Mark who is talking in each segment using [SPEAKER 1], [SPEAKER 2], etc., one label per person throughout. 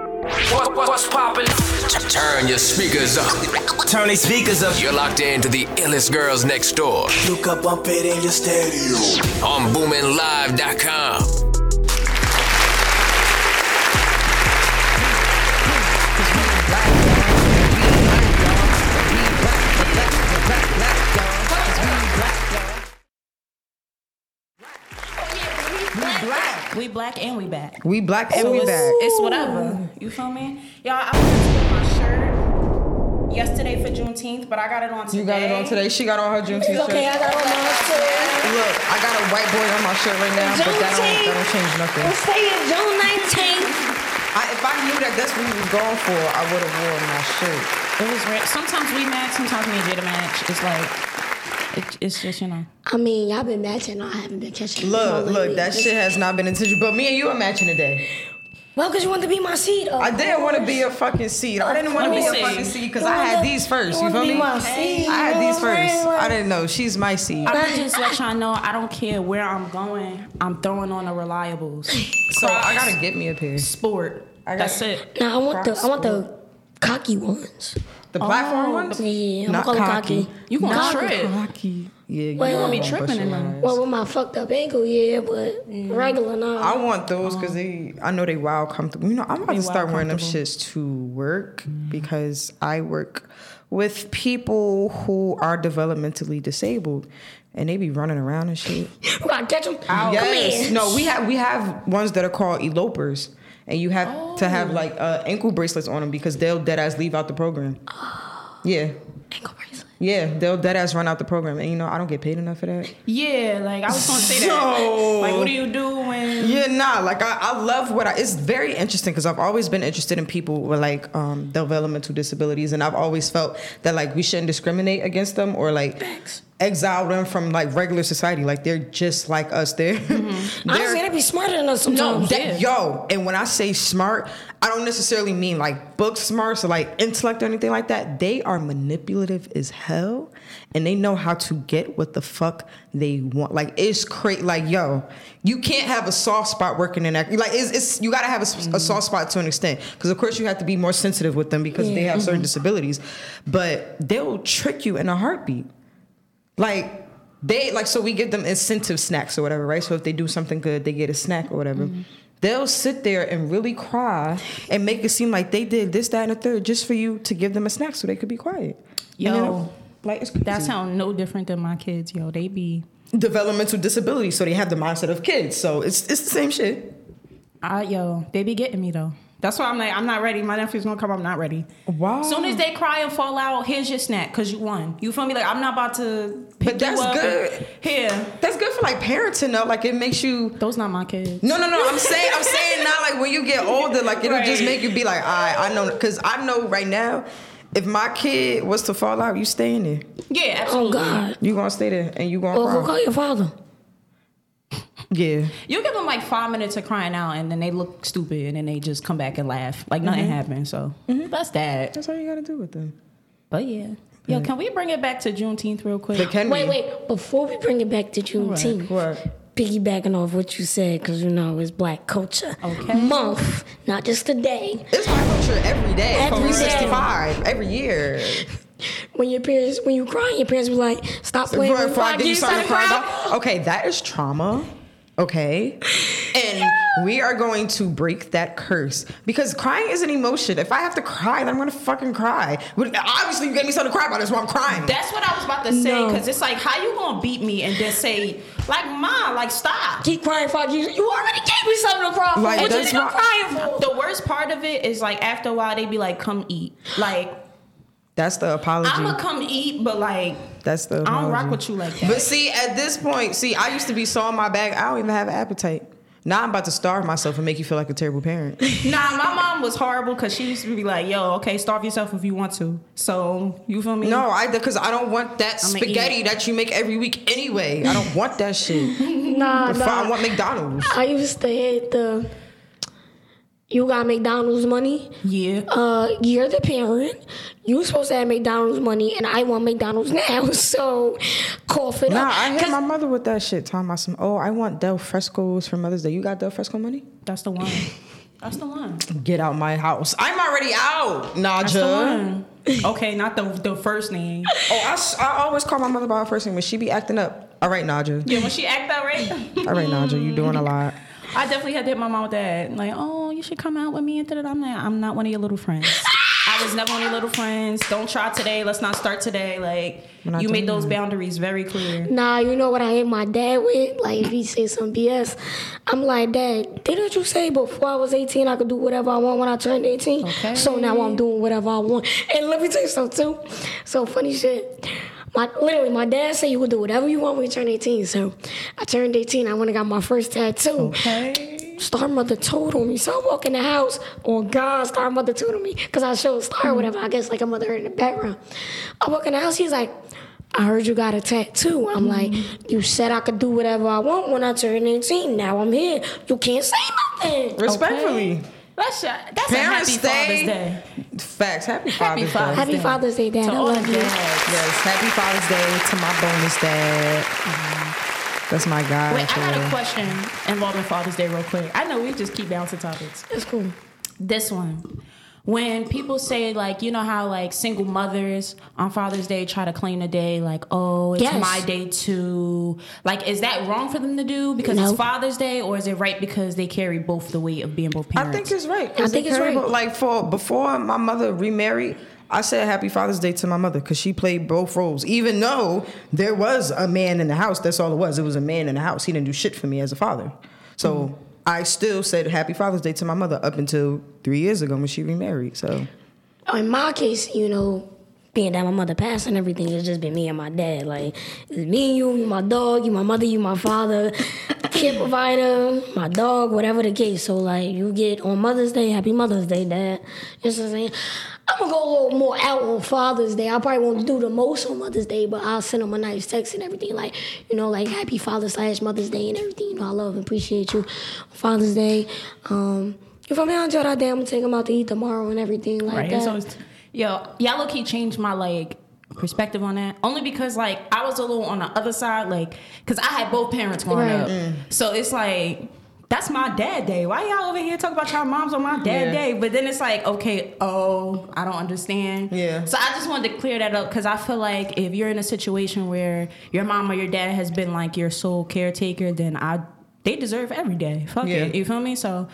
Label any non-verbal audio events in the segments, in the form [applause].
[SPEAKER 1] What, what, what's poppin'? Turn your speakers up.
[SPEAKER 2] Turn these speakers up.
[SPEAKER 1] You're locked into the illest girls next door
[SPEAKER 3] Look up, bump it in your stereo.
[SPEAKER 1] on BoominLive.com.
[SPEAKER 4] We black and we back.
[SPEAKER 5] We black and we
[SPEAKER 4] it's,
[SPEAKER 5] back.
[SPEAKER 4] It's whatever. You feel me? Y'all, I was to put my shirt yesterday for Juneteenth, but I got it on today.
[SPEAKER 5] You got it on today. She got on her Juneteenth
[SPEAKER 4] It's
[SPEAKER 5] shirt.
[SPEAKER 4] okay, I got it on mine
[SPEAKER 5] Look, I got a white boy on my shirt right now, but that don't, that don't change nothing. I, if I knew that that's what we was going for, I would have worn my shirt.
[SPEAKER 4] too. It was rare. Sometimes we match, sometimes me and Jada match. It's like, it, it's just, you know.
[SPEAKER 6] I mean, y'all been matching. I haven't been catching.
[SPEAKER 5] Look, look, that shit has not been intentional. But me and you are matching today.
[SPEAKER 6] Well, cause you wanted to be my seed. uh,
[SPEAKER 5] I didn't want to be a fucking seed. I didn't want to
[SPEAKER 4] Let
[SPEAKER 5] be
[SPEAKER 4] me
[SPEAKER 5] a
[SPEAKER 4] see.
[SPEAKER 5] fucking seed because I had these first. You feel me? I had these first. I didn't know. She's my seed.
[SPEAKER 4] I can just let y'all know I don't care where I'm going. I'm throwing on a reliables
[SPEAKER 5] So I gotta get me a pair.
[SPEAKER 4] sport.
[SPEAKER 5] got-
[SPEAKER 4] That's it.
[SPEAKER 6] Nah, I want the I want the cocky ones.
[SPEAKER 5] The
[SPEAKER 4] Oh,
[SPEAKER 5] platform ones?
[SPEAKER 6] Yeah, I'm
[SPEAKER 5] Not
[SPEAKER 6] calling
[SPEAKER 5] cocky.
[SPEAKER 6] cocky.
[SPEAKER 4] You gonna
[SPEAKER 6] Not
[SPEAKER 4] trip.
[SPEAKER 5] Cocky. Yeah, you
[SPEAKER 6] Well,
[SPEAKER 5] know
[SPEAKER 6] you
[SPEAKER 5] I'm
[SPEAKER 6] be
[SPEAKER 5] gonna
[SPEAKER 4] tripping
[SPEAKER 5] bust
[SPEAKER 4] in
[SPEAKER 5] your
[SPEAKER 4] them.
[SPEAKER 5] ass.
[SPEAKER 6] Well, with my fucked up ankle, yeah, but regular
[SPEAKER 5] I
[SPEAKER 6] nah.
[SPEAKER 5] want those because they, I know they wild comfortable. You know, I'm about to
[SPEAKER 4] wild
[SPEAKER 5] start wearing them
[SPEAKER 4] comfortable.
[SPEAKER 5] shits to work because I work with people who are developmentally disabled, and they be running around and shit.
[SPEAKER 6] You gotta catch them. Oh, Come
[SPEAKER 5] yes,
[SPEAKER 6] here.
[SPEAKER 5] no, we have we have ones that are called elopers, and you have to have like uh, ankle bracelets on them because they'll dead ass leave out the program. Yeah,
[SPEAKER 6] Ankle bracelet.
[SPEAKER 5] yeah, they'll dead ass run out the program, and you know I don't get paid enough for that.
[SPEAKER 4] Yeah, like I was gonna say that.
[SPEAKER 5] So-
[SPEAKER 4] Like, what do you do when?
[SPEAKER 5] Yeah, nah. Like I, I love what I. It's very interesting because I've always been interested in people with like um, developmental disabilities, and I've always felt that like we shouldn't discriminate against them or like exile them from like regular society. Like they're just like us. They're [laughs] they're
[SPEAKER 6] Mm-hmm. Honestly, they be smarter than us sometimes.
[SPEAKER 5] that, yo, and when I say smart, I don't necessarily mean like book smarts or like intellect or anything like that. They are manipulative as hell, and they know how to get what the fuck they want. Like it's crazy. Like yo, you can't have a soft spot working in that. Like it's, it's you gotta have a, s- a soft spot to an extent because of course you have to be more sensitive with them because they have certain disabilities, but they'll trick you in a heartbeat like they like so we give them incentive snacks or whatever, right? So if they do something good, they get a snack or whatever.
[SPEAKER 4] Mm-hmm.
[SPEAKER 5] They'll sit there and really cry and make it seem like they did this, that, and the third just for you to give them a snack so they could be quiet.
[SPEAKER 4] Yo,
[SPEAKER 5] And then, like it's crazy.
[SPEAKER 4] That sound no different than my kids, yo. They be
[SPEAKER 5] developmental disability, so they have the mindset of kids. So it's it's the same shit.
[SPEAKER 4] I yo, they be getting me though. That's why I'm like, I'm not ready. My nephew's gonna come. I'm not ready.
[SPEAKER 5] Wow.
[SPEAKER 4] As soon as they cry and fall out, here's your snack because you won. You feel me? Like I'm not about to. Pick
[SPEAKER 5] But that's
[SPEAKER 4] you up
[SPEAKER 5] good.
[SPEAKER 4] and- Here,
[SPEAKER 5] That's good for like parenting though. Like it makes you
[SPEAKER 4] those not my kids.
[SPEAKER 5] No, no, no. I'm saying, I'm saying not like when you get older, like it'll just
[SPEAKER 4] Right.
[SPEAKER 5] make you be like, all right, I know, because I know right now, if my kid was to fall out, you staying there.
[SPEAKER 4] Yeah,
[SPEAKER 6] Oh
[SPEAKER 4] absolutely.
[SPEAKER 6] God.
[SPEAKER 5] You gonna stay there and you gonna
[SPEAKER 6] Well, go
[SPEAKER 5] cry.
[SPEAKER 6] call your father.
[SPEAKER 5] Yeah.
[SPEAKER 4] You give them like five minutes of crying out, and then they look stupid, and then they just come back and laugh like nothing happened. So that's that.
[SPEAKER 5] That's all you gotta do with them.
[SPEAKER 4] Mm-hmm. But yeah, Mm. yo, can we bring it back to Juneteenth real quick?
[SPEAKER 5] But can
[SPEAKER 6] Wait,
[SPEAKER 5] we?
[SPEAKER 6] wait. Before we bring it back to Juneteenth,
[SPEAKER 5] What?
[SPEAKER 6] piggybacking off what you said, because you know it's Black Culture
[SPEAKER 4] Okay.
[SPEAKER 6] Month, not just a day.
[SPEAKER 5] It's my culture every day,
[SPEAKER 6] Every
[SPEAKER 5] 365, every year.
[SPEAKER 6] When your parents, when you cry, your parents be like, "Stop playing
[SPEAKER 5] Before,
[SPEAKER 6] with
[SPEAKER 5] before
[SPEAKER 6] me.
[SPEAKER 5] I get you started crying about, okay, that is trauma. Okay. And we are going to break that curse because crying is an emotion. If I have to cry, then I'm gonna fucking cry. But obviously, you gave me something to cry about. That's why I'm crying.
[SPEAKER 4] That's what I was about to say because it's like, how you gonna beat me and then say, like, mom, like, stop.
[SPEAKER 6] Keep crying for you. You already gave me something to cry for.
[SPEAKER 5] Like,
[SPEAKER 6] What you
[SPEAKER 5] that's
[SPEAKER 6] still
[SPEAKER 5] why-
[SPEAKER 6] crying for?
[SPEAKER 4] The worst part of it is like after a while they be like, come eat. Like
[SPEAKER 5] That's the apology.
[SPEAKER 4] I'ma come eat, but like
[SPEAKER 5] That's the.
[SPEAKER 4] I don't rock
[SPEAKER 5] apology.
[SPEAKER 4] with you like that.
[SPEAKER 5] But see, at this point, see, I used to be so in my bag. I don't even have an appetite. Now I'm about to starve myself and make you feel like a terrible
[SPEAKER 4] [laughs]
[SPEAKER 5] parent.
[SPEAKER 4] nah, my mom was horrible because she used to be like, yo, okay, starve yourself if you want to. So you feel me?
[SPEAKER 5] No, I because I don't want that
[SPEAKER 4] I'ma eat
[SPEAKER 5] spaghetti
[SPEAKER 4] it.
[SPEAKER 5] that you make every week anyway. I don't want that
[SPEAKER 4] [laughs]
[SPEAKER 5] shit.
[SPEAKER 6] Nah,
[SPEAKER 5] If I want McDonald's.
[SPEAKER 6] I used to hate the. You got McDonald's money.
[SPEAKER 4] Yeah.
[SPEAKER 6] Uh, you're the parent. You supposed to have McDonald's money, and I want McDonald's [laughs] now. So, cough it
[SPEAKER 5] Nah,
[SPEAKER 6] up.
[SPEAKER 5] I hit
[SPEAKER 6] 'Cause
[SPEAKER 5] my mother with that shit. Talking about some. Oh, I want Del Fresco's for Mother's Day. You got Del Fresco money?
[SPEAKER 4] That's the one. That's the one.
[SPEAKER 5] Get out my house. I'm already out,
[SPEAKER 4] That's the
[SPEAKER 5] Naja.
[SPEAKER 4] one. Okay, not the the first name.
[SPEAKER 5] Oh, I, s- I always call my mother by her first name when she be acting up. All right, Naja.
[SPEAKER 4] Yeah, when she act that right.
[SPEAKER 5] [laughs] All right, Naja, you doing a lot.
[SPEAKER 4] I definitely had to hit my mom with that. Like, oh, you should come out with me and da I'm like, I'm not one of your little friends. I was never one of your little friends. Don't try today. Let's not start today.
[SPEAKER 5] We're
[SPEAKER 4] Like,
[SPEAKER 5] not
[SPEAKER 4] you made
[SPEAKER 5] doing
[SPEAKER 4] those
[SPEAKER 5] that.
[SPEAKER 4] boundaries very clear.
[SPEAKER 6] Nah, you know what I hit my dad with? Like, if he say some BS, I'm like, Dad, didn't you say before I was 18 I could do whatever I want when I turned 18?
[SPEAKER 4] Okay.
[SPEAKER 6] So now I'm doing whatever I want. And let me tell you something, too. So, funny shit. My, literally, my dad said you could do whatever you want when you turn 18. So I turned 18. I went and got my first tattoo.
[SPEAKER 4] Okay.
[SPEAKER 6] Star Mother told on me. So I walk in the house, oh God, Star Mother told on me. Because I showed Star whatever, I guess like a mother heard in the background. I walk in the house, he's like, I heard you got a tattoo. I'm like, you said I could do whatever I want when I turn 18. Now I'm here. You can't say nothing.
[SPEAKER 5] Respectfully.
[SPEAKER 4] That's a, that's
[SPEAKER 5] Parents
[SPEAKER 4] a happy Father's
[SPEAKER 5] Day.
[SPEAKER 4] Day.
[SPEAKER 5] Facts. Happy Father's
[SPEAKER 4] Father's
[SPEAKER 5] Day.
[SPEAKER 6] Happy Father's Day, Dad.
[SPEAKER 4] To
[SPEAKER 6] I
[SPEAKER 4] all
[SPEAKER 6] love
[SPEAKER 4] the
[SPEAKER 6] you.
[SPEAKER 4] dads.
[SPEAKER 5] Yes, happy Father's Day to my bonus dad. That's my guy.
[SPEAKER 4] Wait,
[SPEAKER 5] for
[SPEAKER 4] I got
[SPEAKER 5] real.
[SPEAKER 4] a question involving Father's Day, real quick. I know we just keep bouncing topics.
[SPEAKER 6] That's cool.
[SPEAKER 4] This one. When people say like, you know how like single mothers on Father's Day try to claim the day like, oh, it's
[SPEAKER 6] Yes.
[SPEAKER 4] my day too. Like, is that wrong for them to do because
[SPEAKER 6] No.
[SPEAKER 4] it's Father's Day, or is it right because they carry both the weight of being both
[SPEAKER 5] I
[SPEAKER 4] parents?
[SPEAKER 5] think it's right.
[SPEAKER 6] I think it's right.
[SPEAKER 5] Like for before my mother remarried, I said Happy Father's Day to my mother because she played both roles. Even though there was a man in the house, that's all it was. It was a man in the house. He didn't do shit for me as a father. So
[SPEAKER 4] Mm.
[SPEAKER 5] I still said Happy Father's Day to my mother up until three years ago when she remarried. So
[SPEAKER 6] In my case, you know, being that my mother passed and everything, it's just been me and my dad. Like, it's me and you, you my dog, you my mother, you my father, kid provider, my dog, whatever the case. So, like, you get on Mother's Day, Happy Mother's Day, Dad. You know what I'm saying? I'm gonna go a little more out on Father's Day. I probably won't do the most on Mother's Day, but I'll send him a nice text and everything. Like, you know, like Happy Father slash Mother's Day and everything. You know, I love and appreciate you. Father's Day. Um, you feel me? I enjoy that day. I'm gonna take him out to eat tomorrow and everything like
[SPEAKER 4] Right.
[SPEAKER 6] that.
[SPEAKER 4] So it's, yo, y'all low key changed my like perspective on that only because like I was a little on the other side, like because I had both parents growing
[SPEAKER 6] Right.
[SPEAKER 4] up, so it's like. That's my dad day. Why y'all over here talking about y'all moms on my dad
[SPEAKER 5] Yeah.
[SPEAKER 4] day? But then it's like, okay, oh, I don't understand.
[SPEAKER 5] Yeah.
[SPEAKER 4] So I just wanted to clear that up because I feel like if you're in a situation where your mom or your dad has been like your sole caretaker, then I they deserve every day. Fuck
[SPEAKER 5] Yeah.
[SPEAKER 4] it. You feel me? So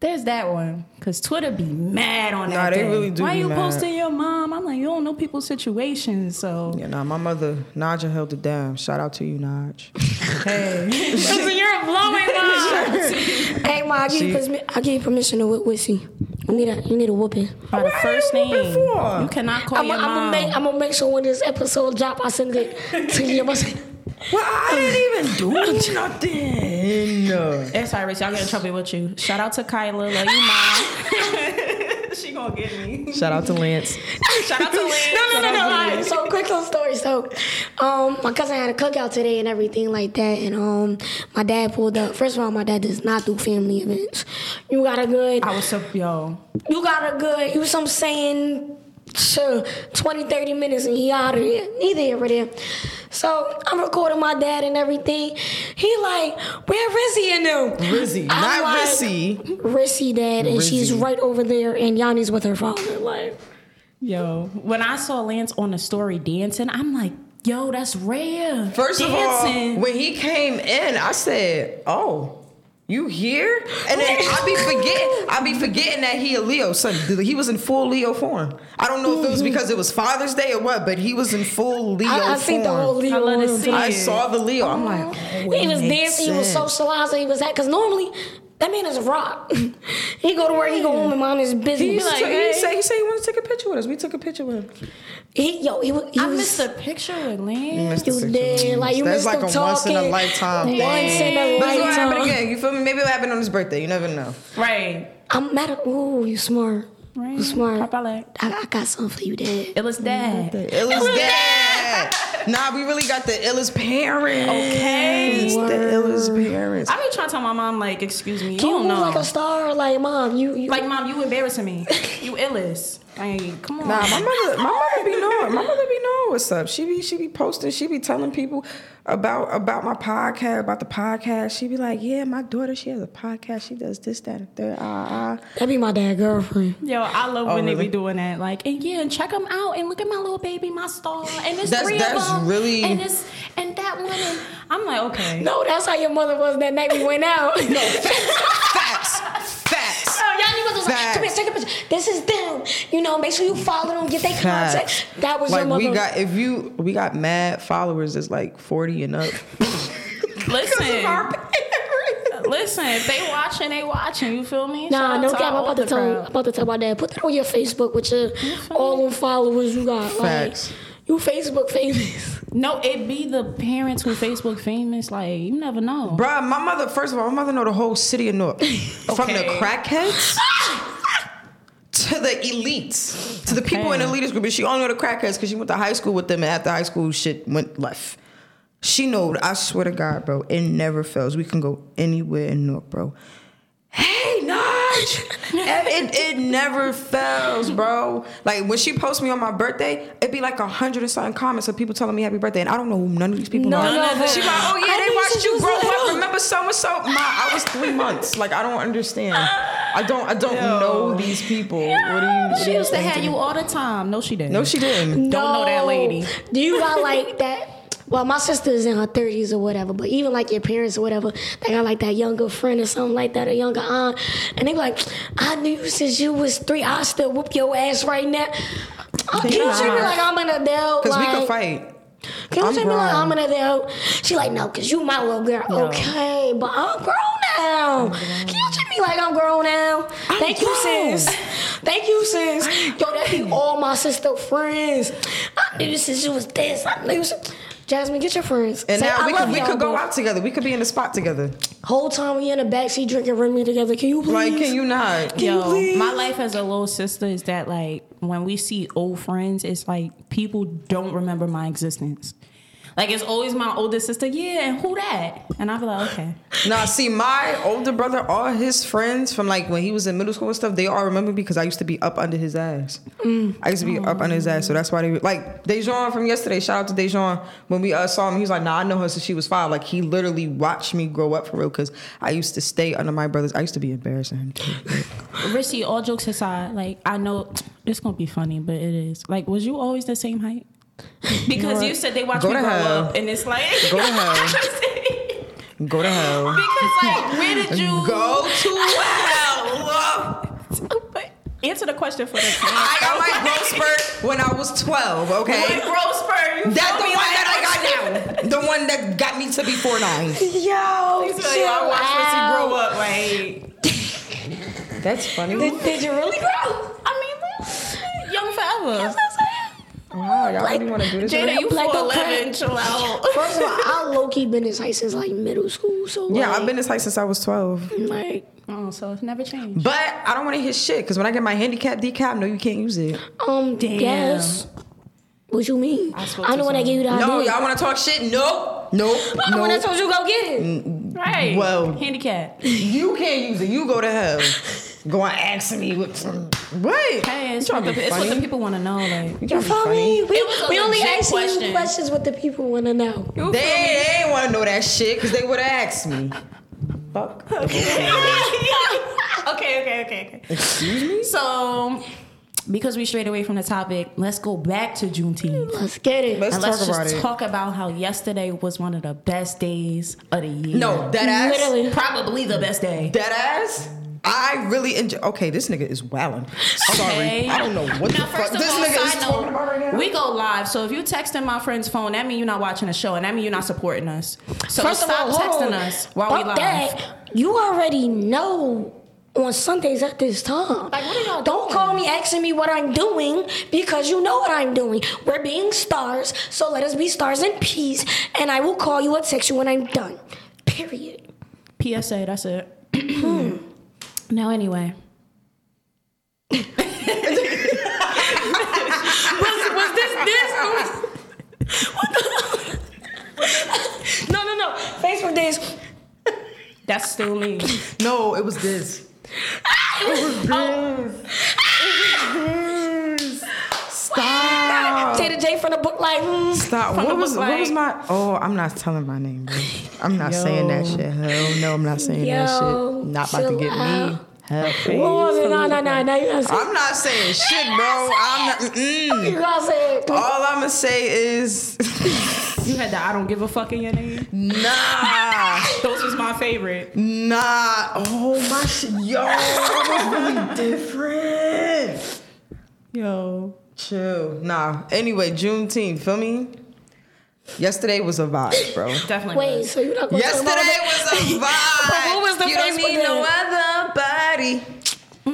[SPEAKER 4] there's that one. Cause Twitter be mad on
[SPEAKER 5] Nah,
[SPEAKER 4] that
[SPEAKER 5] they
[SPEAKER 4] day.
[SPEAKER 5] really do
[SPEAKER 4] Why
[SPEAKER 5] be
[SPEAKER 4] you
[SPEAKER 5] mad.
[SPEAKER 4] posting your mom? I'm like, you don't know people's situations, [laughs] so
[SPEAKER 5] yeah, nah, my mother Naja held it down. Shout out to you, Naj.
[SPEAKER 4] hey. so you're a blowing mom.
[SPEAKER 6] Hey, Ma, I give, you
[SPEAKER 5] She-
[SPEAKER 6] permi- I give you permission to whip Wissy. You need a, you need a whooping.
[SPEAKER 4] [laughs] By the first
[SPEAKER 5] whooping
[SPEAKER 4] name,
[SPEAKER 5] for?
[SPEAKER 4] you cannot call
[SPEAKER 6] I'm
[SPEAKER 4] your mom.
[SPEAKER 6] gonna make, I'm gonna make sure when this episode drop, I send it to you.
[SPEAKER 5] Well, I didn't even [laughs] do nothing.
[SPEAKER 4] [laughs] it's alright, Rich. I'll get in trouble with you. Shout out to Kyla, love you, mom. [laughs] she gonna get me.
[SPEAKER 5] Shout out to Lance.
[SPEAKER 4] Shout [laughs] out to Lynn.
[SPEAKER 6] [laughs] no, no, no, no. all right. So, quick little story. So, um, my cousin had a cookout today and everything like that. And um, my dad pulled up. First of all, my dad does not do family events. You got a good.
[SPEAKER 4] I was so yo.
[SPEAKER 6] you got a good, you know what I'm saying, sure, 20, 30 minutes and he out of here. Neither here or there. So I'm recording my dad and everything. He like, where Rizzy in them?
[SPEAKER 5] Rizzy,
[SPEAKER 6] I'm
[SPEAKER 5] not
[SPEAKER 6] like,
[SPEAKER 5] Rissy.
[SPEAKER 6] Rissy dad, and she's
[SPEAKER 5] Rizzy.
[SPEAKER 6] right over there, and Yanni's with her father. Like,
[SPEAKER 4] Yo, when I saw Lance on the story dancing, I'm like, yo, that's rare.
[SPEAKER 5] First
[SPEAKER 4] dancing.
[SPEAKER 5] of all, when he came in, I said, "Oh, you here?" And then I be forgetting, I be forgetting that he a Leo. So he was in full Leo form. I don't know if it was because it was Father's Day or what, but he was in full Leo
[SPEAKER 6] Mm. I, I
[SPEAKER 5] form.
[SPEAKER 6] think the whole Leo.
[SPEAKER 4] I love to
[SPEAKER 6] room.
[SPEAKER 4] see
[SPEAKER 5] I
[SPEAKER 4] it.
[SPEAKER 5] saw the Leo. I'm like, oh,
[SPEAKER 6] he
[SPEAKER 5] it
[SPEAKER 6] was
[SPEAKER 5] makes
[SPEAKER 6] dancing, he was
[SPEAKER 5] sense.
[SPEAKER 6] socializing, he was that. Because normally, that man is a rock. [laughs] he go to work, he go home and mind his business.
[SPEAKER 5] He,
[SPEAKER 6] He,
[SPEAKER 5] used to-
[SPEAKER 4] like,
[SPEAKER 5] he
[SPEAKER 4] hey.
[SPEAKER 5] said he said he wanted to take a picture with us. We took a picture with him.
[SPEAKER 6] yo, he, wa- he
[SPEAKER 4] I
[SPEAKER 6] was.
[SPEAKER 4] missed a picture with
[SPEAKER 5] You missed
[SPEAKER 4] Lance.
[SPEAKER 5] the
[SPEAKER 6] You
[SPEAKER 5] picture with
[SPEAKER 6] did.
[SPEAKER 5] him.
[SPEAKER 6] Like you
[SPEAKER 5] That's
[SPEAKER 6] missed
[SPEAKER 5] like a
[SPEAKER 6] them
[SPEAKER 5] once
[SPEAKER 6] talking.
[SPEAKER 5] in a lifetime
[SPEAKER 6] Once
[SPEAKER 5] thing.
[SPEAKER 6] in a
[SPEAKER 5] But it's gonna happen
[SPEAKER 6] lifetime.
[SPEAKER 5] again. You feel me? Maybe it'll happen on his birthday. You never know.
[SPEAKER 4] Right.
[SPEAKER 6] I'm mad at. Ooh, you smart.
[SPEAKER 4] Right.
[SPEAKER 6] You smart.
[SPEAKER 4] Papa like.
[SPEAKER 6] I, I got something for you, Dad.
[SPEAKER 4] It was
[SPEAKER 5] Mm-hmm.
[SPEAKER 4] dad.
[SPEAKER 5] The [laughs] illest dad. Nah, we really got the illest parents.
[SPEAKER 4] Okay.
[SPEAKER 5] The illest parents.
[SPEAKER 4] I be trying to tell my mom like, excuse me, you
[SPEAKER 6] Can you
[SPEAKER 4] don't
[SPEAKER 6] move
[SPEAKER 4] know.
[SPEAKER 6] like a star? Like, mom, you, you [laughs]
[SPEAKER 4] Like, mom, you embarrassing me. You illest. Like, come on.
[SPEAKER 5] Nah, my mother, my mother be knowing. My mother be knowing what's up. She be she be posting. She be telling people about about my podcast, about the podcast. She be like, yeah, my daughter, she has a podcast. She does this, that, and third. Ah, ah.
[SPEAKER 6] That'd be my dad girlfriend.
[SPEAKER 4] Yo, I love when they
[SPEAKER 5] Oh, really?
[SPEAKER 4] be doing that. Like, and yeah, and check them out, and look at my little baby, my star, and it's
[SPEAKER 5] That's-
[SPEAKER 4] three
[SPEAKER 5] that's
[SPEAKER 4] of them,
[SPEAKER 5] really-
[SPEAKER 4] and it's and that one. And I'm like, okay,
[SPEAKER 6] [laughs] No, that's how your mother was that night we went out. no,
[SPEAKER 5] Facts, facts.
[SPEAKER 6] [laughs] Oh, y'all niggas was like,
[SPEAKER 5] Facts.
[SPEAKER 6] come here, take a picture. This is them. You know, make sure you follow them, get their
[SPEAKER 5] Facts.
[SPEAKER 6] contact. That was
[SPEAKER 5] like
[SPEAKER 6] your mother.
[SPEAKER 5] we got if you we got mad followers that's like forty and up.
[SPEAKER 4] listen,
[SPEAKER 5] parents.
[SPEAKER 4] listen, if they watching, they watching. You feel me? Shout
[SPEAKER 6] Nah,
[SPEAKER 4] out
[SPEAKER 6] no
[SPEAKER 4] to
[SPEAKER 6] cap.
[SPEAKER 4] our
[SPEAKER 6] I'm about to
[SPEAKER 4] older
[SPEAKER 6] tell I'm
[SPEAKER 4] crowd.
[SPEAKER 6] about to tell my dad. Put that on your Facebook with your all them followers you got.
[SPEAKER 5] Facts.
[SPEAKER 6] Like, you Facebook famous.
[SPEAKER 4] No, it be the parents who Facebook famous. Like, you never know.
[SPEAKER 5] Bruh, my mother. First of all, my mother know the whole city of Newark, from the
[SPEAKER 4] Okay.
[SPEAKER 5] crackheads to the elites, to the people in the
[SPEAKER 4] Okay.
[SPEAKER 5] elitist group. And she only know the crackheads because she went to high school with them, and after high school, shit went left. She know. I swear to God, bro, it never fails. We can go anywhere in Newark, bro. Hey, Naj! it, it never fails, bro. Like when she posts me on my birthday, it'd be like a hundred and something comments of people telling me happy birthday, and I don't know who none of these people
[SPEAKER 6] No,
[SPEAKER 5] are.
[SPEAKER 6] no, but-
[SPEAKER 5] She like, oh yeah,
[SPEAKER 6] I
[SPEAKER 5] they
[SPEAKER 6] knew
[SPEAKER 5] watched
[SPEAKER 6] since you
[SPEAKER 5] you
[SPEAKER 6] was
[SPEAKER 5] grow up.
[SPEAKER 6] little.
[SPEAKER 5] Remember so and so? Ma, I was three months. Like I don't understand. I don't. I don't know these people. What do you? What do
[SPEAKER 4] She
[SPEAKER 5] you
[SPEAKER 4] used to
[SPEAKER 5] think
[SPEAKER 4] have
[SPEAKER 5] me?
[SPEAKER 4] you all the time. No, she didn't.
[SPEAKER 5] No, she didn't.
[SPEAKER 4] Don't know that lady.
[SPEAKER 6] Do you got like that? Well, my sister is in her thirties or whatever, but even like your parents or whatever, they got like that younger friend or something like that, a younger aunt, and they like, I knew you since you was three. I still whoop your ass right now. Oh,
[SPEAKER 5] They
[SPEAKER 6] can you treat me
[SPEAKER 5] not.
[SPEAKER 6] like I'm an adult?
[SPEAKER 5] Because we
[SPEAKER 6] like,
[SPEAKER 5] could fight.
[SPEAKER 6] Can you
[SPEAKER 5] I'm
[SPEAKER 6] treat me like
[SPEAKER 5] grown.
[SPEAKER 6] I'm an adult? She like, no, cause you my little girl. Okay, but I'm grown now. Can you treat me like I'm grown now? Thank you,
[SPEAKER 5] grown.
[SPEAKER 6] sis. Thank you, sis. Yo, that be all my sister friends. I knew you since you was this. I knew you. since- Jasmine, get your friends.
[SPEAKER 5] And
[SPEAKER 6] Say,
[SPEAKER 5] now
[SPEAKER 6] I
[SPEAKER 5] we
[SPEAKER 6] love
[SPEAKER 5] could we
[SPEAKER 6] y'all,
[SPEAKER 5] could go
[SPEAKER 6] but
[SPEAKER 5] out together. We could be in the spot together.
[SPEAKER 6] Whole time we in the backseat drinking Red Me together. Can you please?
[SPEAKER 5] Like, can you not?
[SPEAKER 6] Can you
[SPEAKER 4] Yo,
[SPEAKER 6] please?
[SPEAKER 4] my life as a little sister is that like when we see old friends, it's like people don't remember my existence. Like it's always my older sister, yeah, and who that? And I be like, okay,
[SPEAKER 5] Nah, see, my older brother, all his friends from like when he was in middle school and stuff, they all remember me because I used to be up under his ass. I used to be up under his ass, so that's why they like Dejon from yesterday. Shout out to Dejon when we uh, saw him. He was like, "Nah, I know her since she was five. Like he literally watched me grow up for real because I used to stay under my brothers. I used to be embarrassing him. Too.
[SPEAKER 4] Rissy. All jokes aside, like I know it's gonna be funny, but it is. Like, was you always the
[SPEAKER 5] [laughs]
[SPEAKER 4] same height? Because you said they watch
[SPEAKER 5] Go
[SPEAKER 4] me
[SPEAKER 5] to
[SPEAKER 4] grow
[SPEAKER 5] hell.
[SPEAKER 4] up, and it's like
[SPEAKER 5] [laughs] Go
[SPEAKER 4] [laughs]
[SPEAKER 5] to hell. Go to hell.
[SPEAKER 4] because like where did you
[SPEAKER 5] [laughs] Go
[SPEAKER 4] [laughs]
[SPEAKER 5] to hell.
[SPEAKER 4] But answer the question for the kids.
[SPEAKER 5] I got my growth spurt when I was twelve. Okay.
[SPEAKER 4] What growth spur? You
[SPEAKER 5] That's the
[SPEAKER 4] feel
[SPEAKER 5] one
[SPEAKER 4] me?
[SPEAKER 5] that
[SPEAKER 4] "Oh,
[SPEAKER 5] I got now. The one that got me to be four nine.
[SPEAKER 6] Yo,
[SPEAKER 4] Like,
[SPEAKER 6] chill
[SPEAKER 4] I watched Rissy grow
[SPEAKER 6] out.
[SPEAKER 4] up. Like.
[SPEAKER 5] That's funny.
[SPEAKER 6] Did, did you really grow?
[SPEAKER 4] I mean, young forever.
[SPEAKER 5] Wow, y'all really want to do this?
[SPEAKER 4] Jada, you
[SPEAKER 6] Like
[SPEAKER 4] four
[SPEAKER 6] a
[SPEAKER 4] eleven.
[SPEAKER 6] crack.
[SPEAKER 4] Chill out.
[SPEAKER 6] First of all, I low key been in high since like middle school. So
[SPEAKER 5] yeah,
[SPEAKER 6] like,
[SPEAKER 5] I've been this height since I was 12.
[SPEAKER 6] like.
[SPEAKER 4] [laughs] Oh, so it's never changed.
[SPEAKER 5] But I don't want to hit shit because when I get my handicap decap, no, you can't use it.
[SPEAKER 6] Um,
[SPEAKER 4] Damn.
[SPEAKER 6] yes. What you mean? I,
[SPEAKER 4] spoke to
[SPEAKER 6] know when
[SPEAKER 4] someone.
[SPEAKER 6] I gave you the idea.
[SPEAKER 5] No, y'all want to talk shit? Nope. [laughs] Nope.
[SPEAKER 6] I'm the one that
[SPEAKER 5] nope.
[SPEAKER 6] told you go get it.
[SPEAKER 4] Mm. Right.
[SPEAKER 5] Well-
[SPEAKER 4] handicap.
[SPEAKER 5] You can't use it. You go to hell. go on asking me what. What?
[SPEAKER 4] Hey, it's,
[SPEAKER 5] You
[SPEAKER 4] what
[SPEAKER 5] trying
[SPEAKER 4] the,
[SPEAKER 5] to be
[SPEAKER 4] it's what the
[SPEAKER 5] funny?
[SPEAKER 4] people want to know. Like,
[SPEAKER 5] You trying to be
[SPEAKER 6] You feel me?
[SPEAKER 5] funny?
[SPEAKER 6] We,
[SPEAKER 4] It was a
[SPEAKER 6] we only
[SPEAKER 4] legit
[SPEAKER 6] ask
[SPEAKER 4] question.
[SPEAKER 6] you questions what the people want to know.
[SPEAKER 5] They, they ain't want to know that shit because they would have asked me. Fuck.
[SPEAKER 4] [laughs] okay, okay, okay, okay.
[SPEAKER 5] Excuse me?
[SPEAKER 4] So, because we strayed away from the topic, let's go back to Juneteenth.
[SPEAKER 6] Let's get it.
[SPEAKER 5] Let's
[SPEAKER 4] and
[SPEAKER 5] talk
[SPEAKER 4] let's
[SPEAKER 5] about
[SPEAKER 4] just
[SPEAKER 5] it.
[SPEAKER 4] talk about how yesterday was one of the best days of the year.
[SPEAKER 5] No, that ass.
[SPEAKER 6] Literally.
[SPEAKER 4] probably the best day.
[SPEAKER 5] Dead ass. I really enjoy. Okay, this nigga is wilding. Sorry,
[SPEAKER 4] Okay.
[SPEAKER 5] I don't know what
[SPEAKER 4] now,
[SPEAKER 5] the fuck
[SPEAKER 4] first of
[SPEAKER 5] this
[SPEAKER 4] all,
[SPEAKER 5] nigga
[SPEAKER 4] side
[SPEAKER 5] is
[SPEAKER 4] note,
[SPEAKER 5] talking about right now.
[SPEAKER 4] We go live, so if you texting my friend's phone, that means you're not watching the show, and that means you're not supporting us. So
[SPEAKER 6] First
[SPEAKER 4] stop
[SPEAKER 6] of all, hold
[SPEAKER 4] texting
[SPEAKER 6] on.
[SPEAKER 4] us while we live.
[SPEAKER 6] Fuck That, you already know on Sundays at this time.
[SPEAKER 4] Like, what are y'all
[SPEAKER 6] Don't
[SPEAKER 4] doing?
[SPEAKER 6] call me asking me what I'm doing because you know what I'm doing. We're being stars, so let us be stars in peace, and I will call you or text you when I'm done. Period.
[SPEAKER 4] PSA, that's it. [clears throat] now, anyway. [laughs] was, was this this? or was-
[SPEAKER 6] No, no, no. Facebook days.
[SPEAKER 4] That's still me.
[SPEAKER 5] no, it was this.
[SPEAKER 6] from the book like mm,
[SPEAKER 5] Stop.
[SPEAKER 6] From the
[SPEAKER 5] What was,
[SPEAKER 6] book,
[SPEAKER 5] what was
[SPEAKER 6] like-
[SPEAKER 5] my? Oh, I'm not telling my name. Bro. I'm not saying that
[SPEAKER 4] Yo.
[SPEAKER 5] shit. Hell no, I'm not saying
[SPEAKER 6] Yo,
[SPEAKER 5] that shit. Not about to
[SPEAKER 6] chill
[SPEAKER 5] get me.
[SPEAKER 6] out.
[SPEAKER 5] Hell, please.
[SPEAKER 6] Whoa, no, no, no, no, you gotta say,
[SPEAKER 5] I'm not saying shit, bro. I'm not. Mm-mm.
[SPEAKER 6] you gotta say it.
[SPEAKER 5] All I'm gonna say is [laughs]
[SPEAKER 4] You had the I don't give a fuck in your name.
[SPEAKER 5] nah,
[SPEAKER 4] Those was my favorite.
[SPEAKER 5] nah. Oh my shit, yo, that was really different.
[SPEAKER 4] Yo.
[SPEAKER 5] Chill, nah. Anyway, Juneteenth, feel me? Yesterday was a vibe, bro.
[SPEAKER 4] Definitely.
[SPEAKER 6] Wait, so you're not gonna talk about
[SPEAKER 5] Yesterday
[SPEAKER 6] it?
[SPEAKER 5] was a vibe.
[SPEAKER 6] [laughs] But what was the
[SPEAKER 5] you
[SPEAKER 6] first
[SPEAKER 5] don't need
[SPEAKER 6] one
[SPEAKER 5] no
[SPEAKER 6] then?
[SPEAKER 5] other body.
[SPEAKER 4] It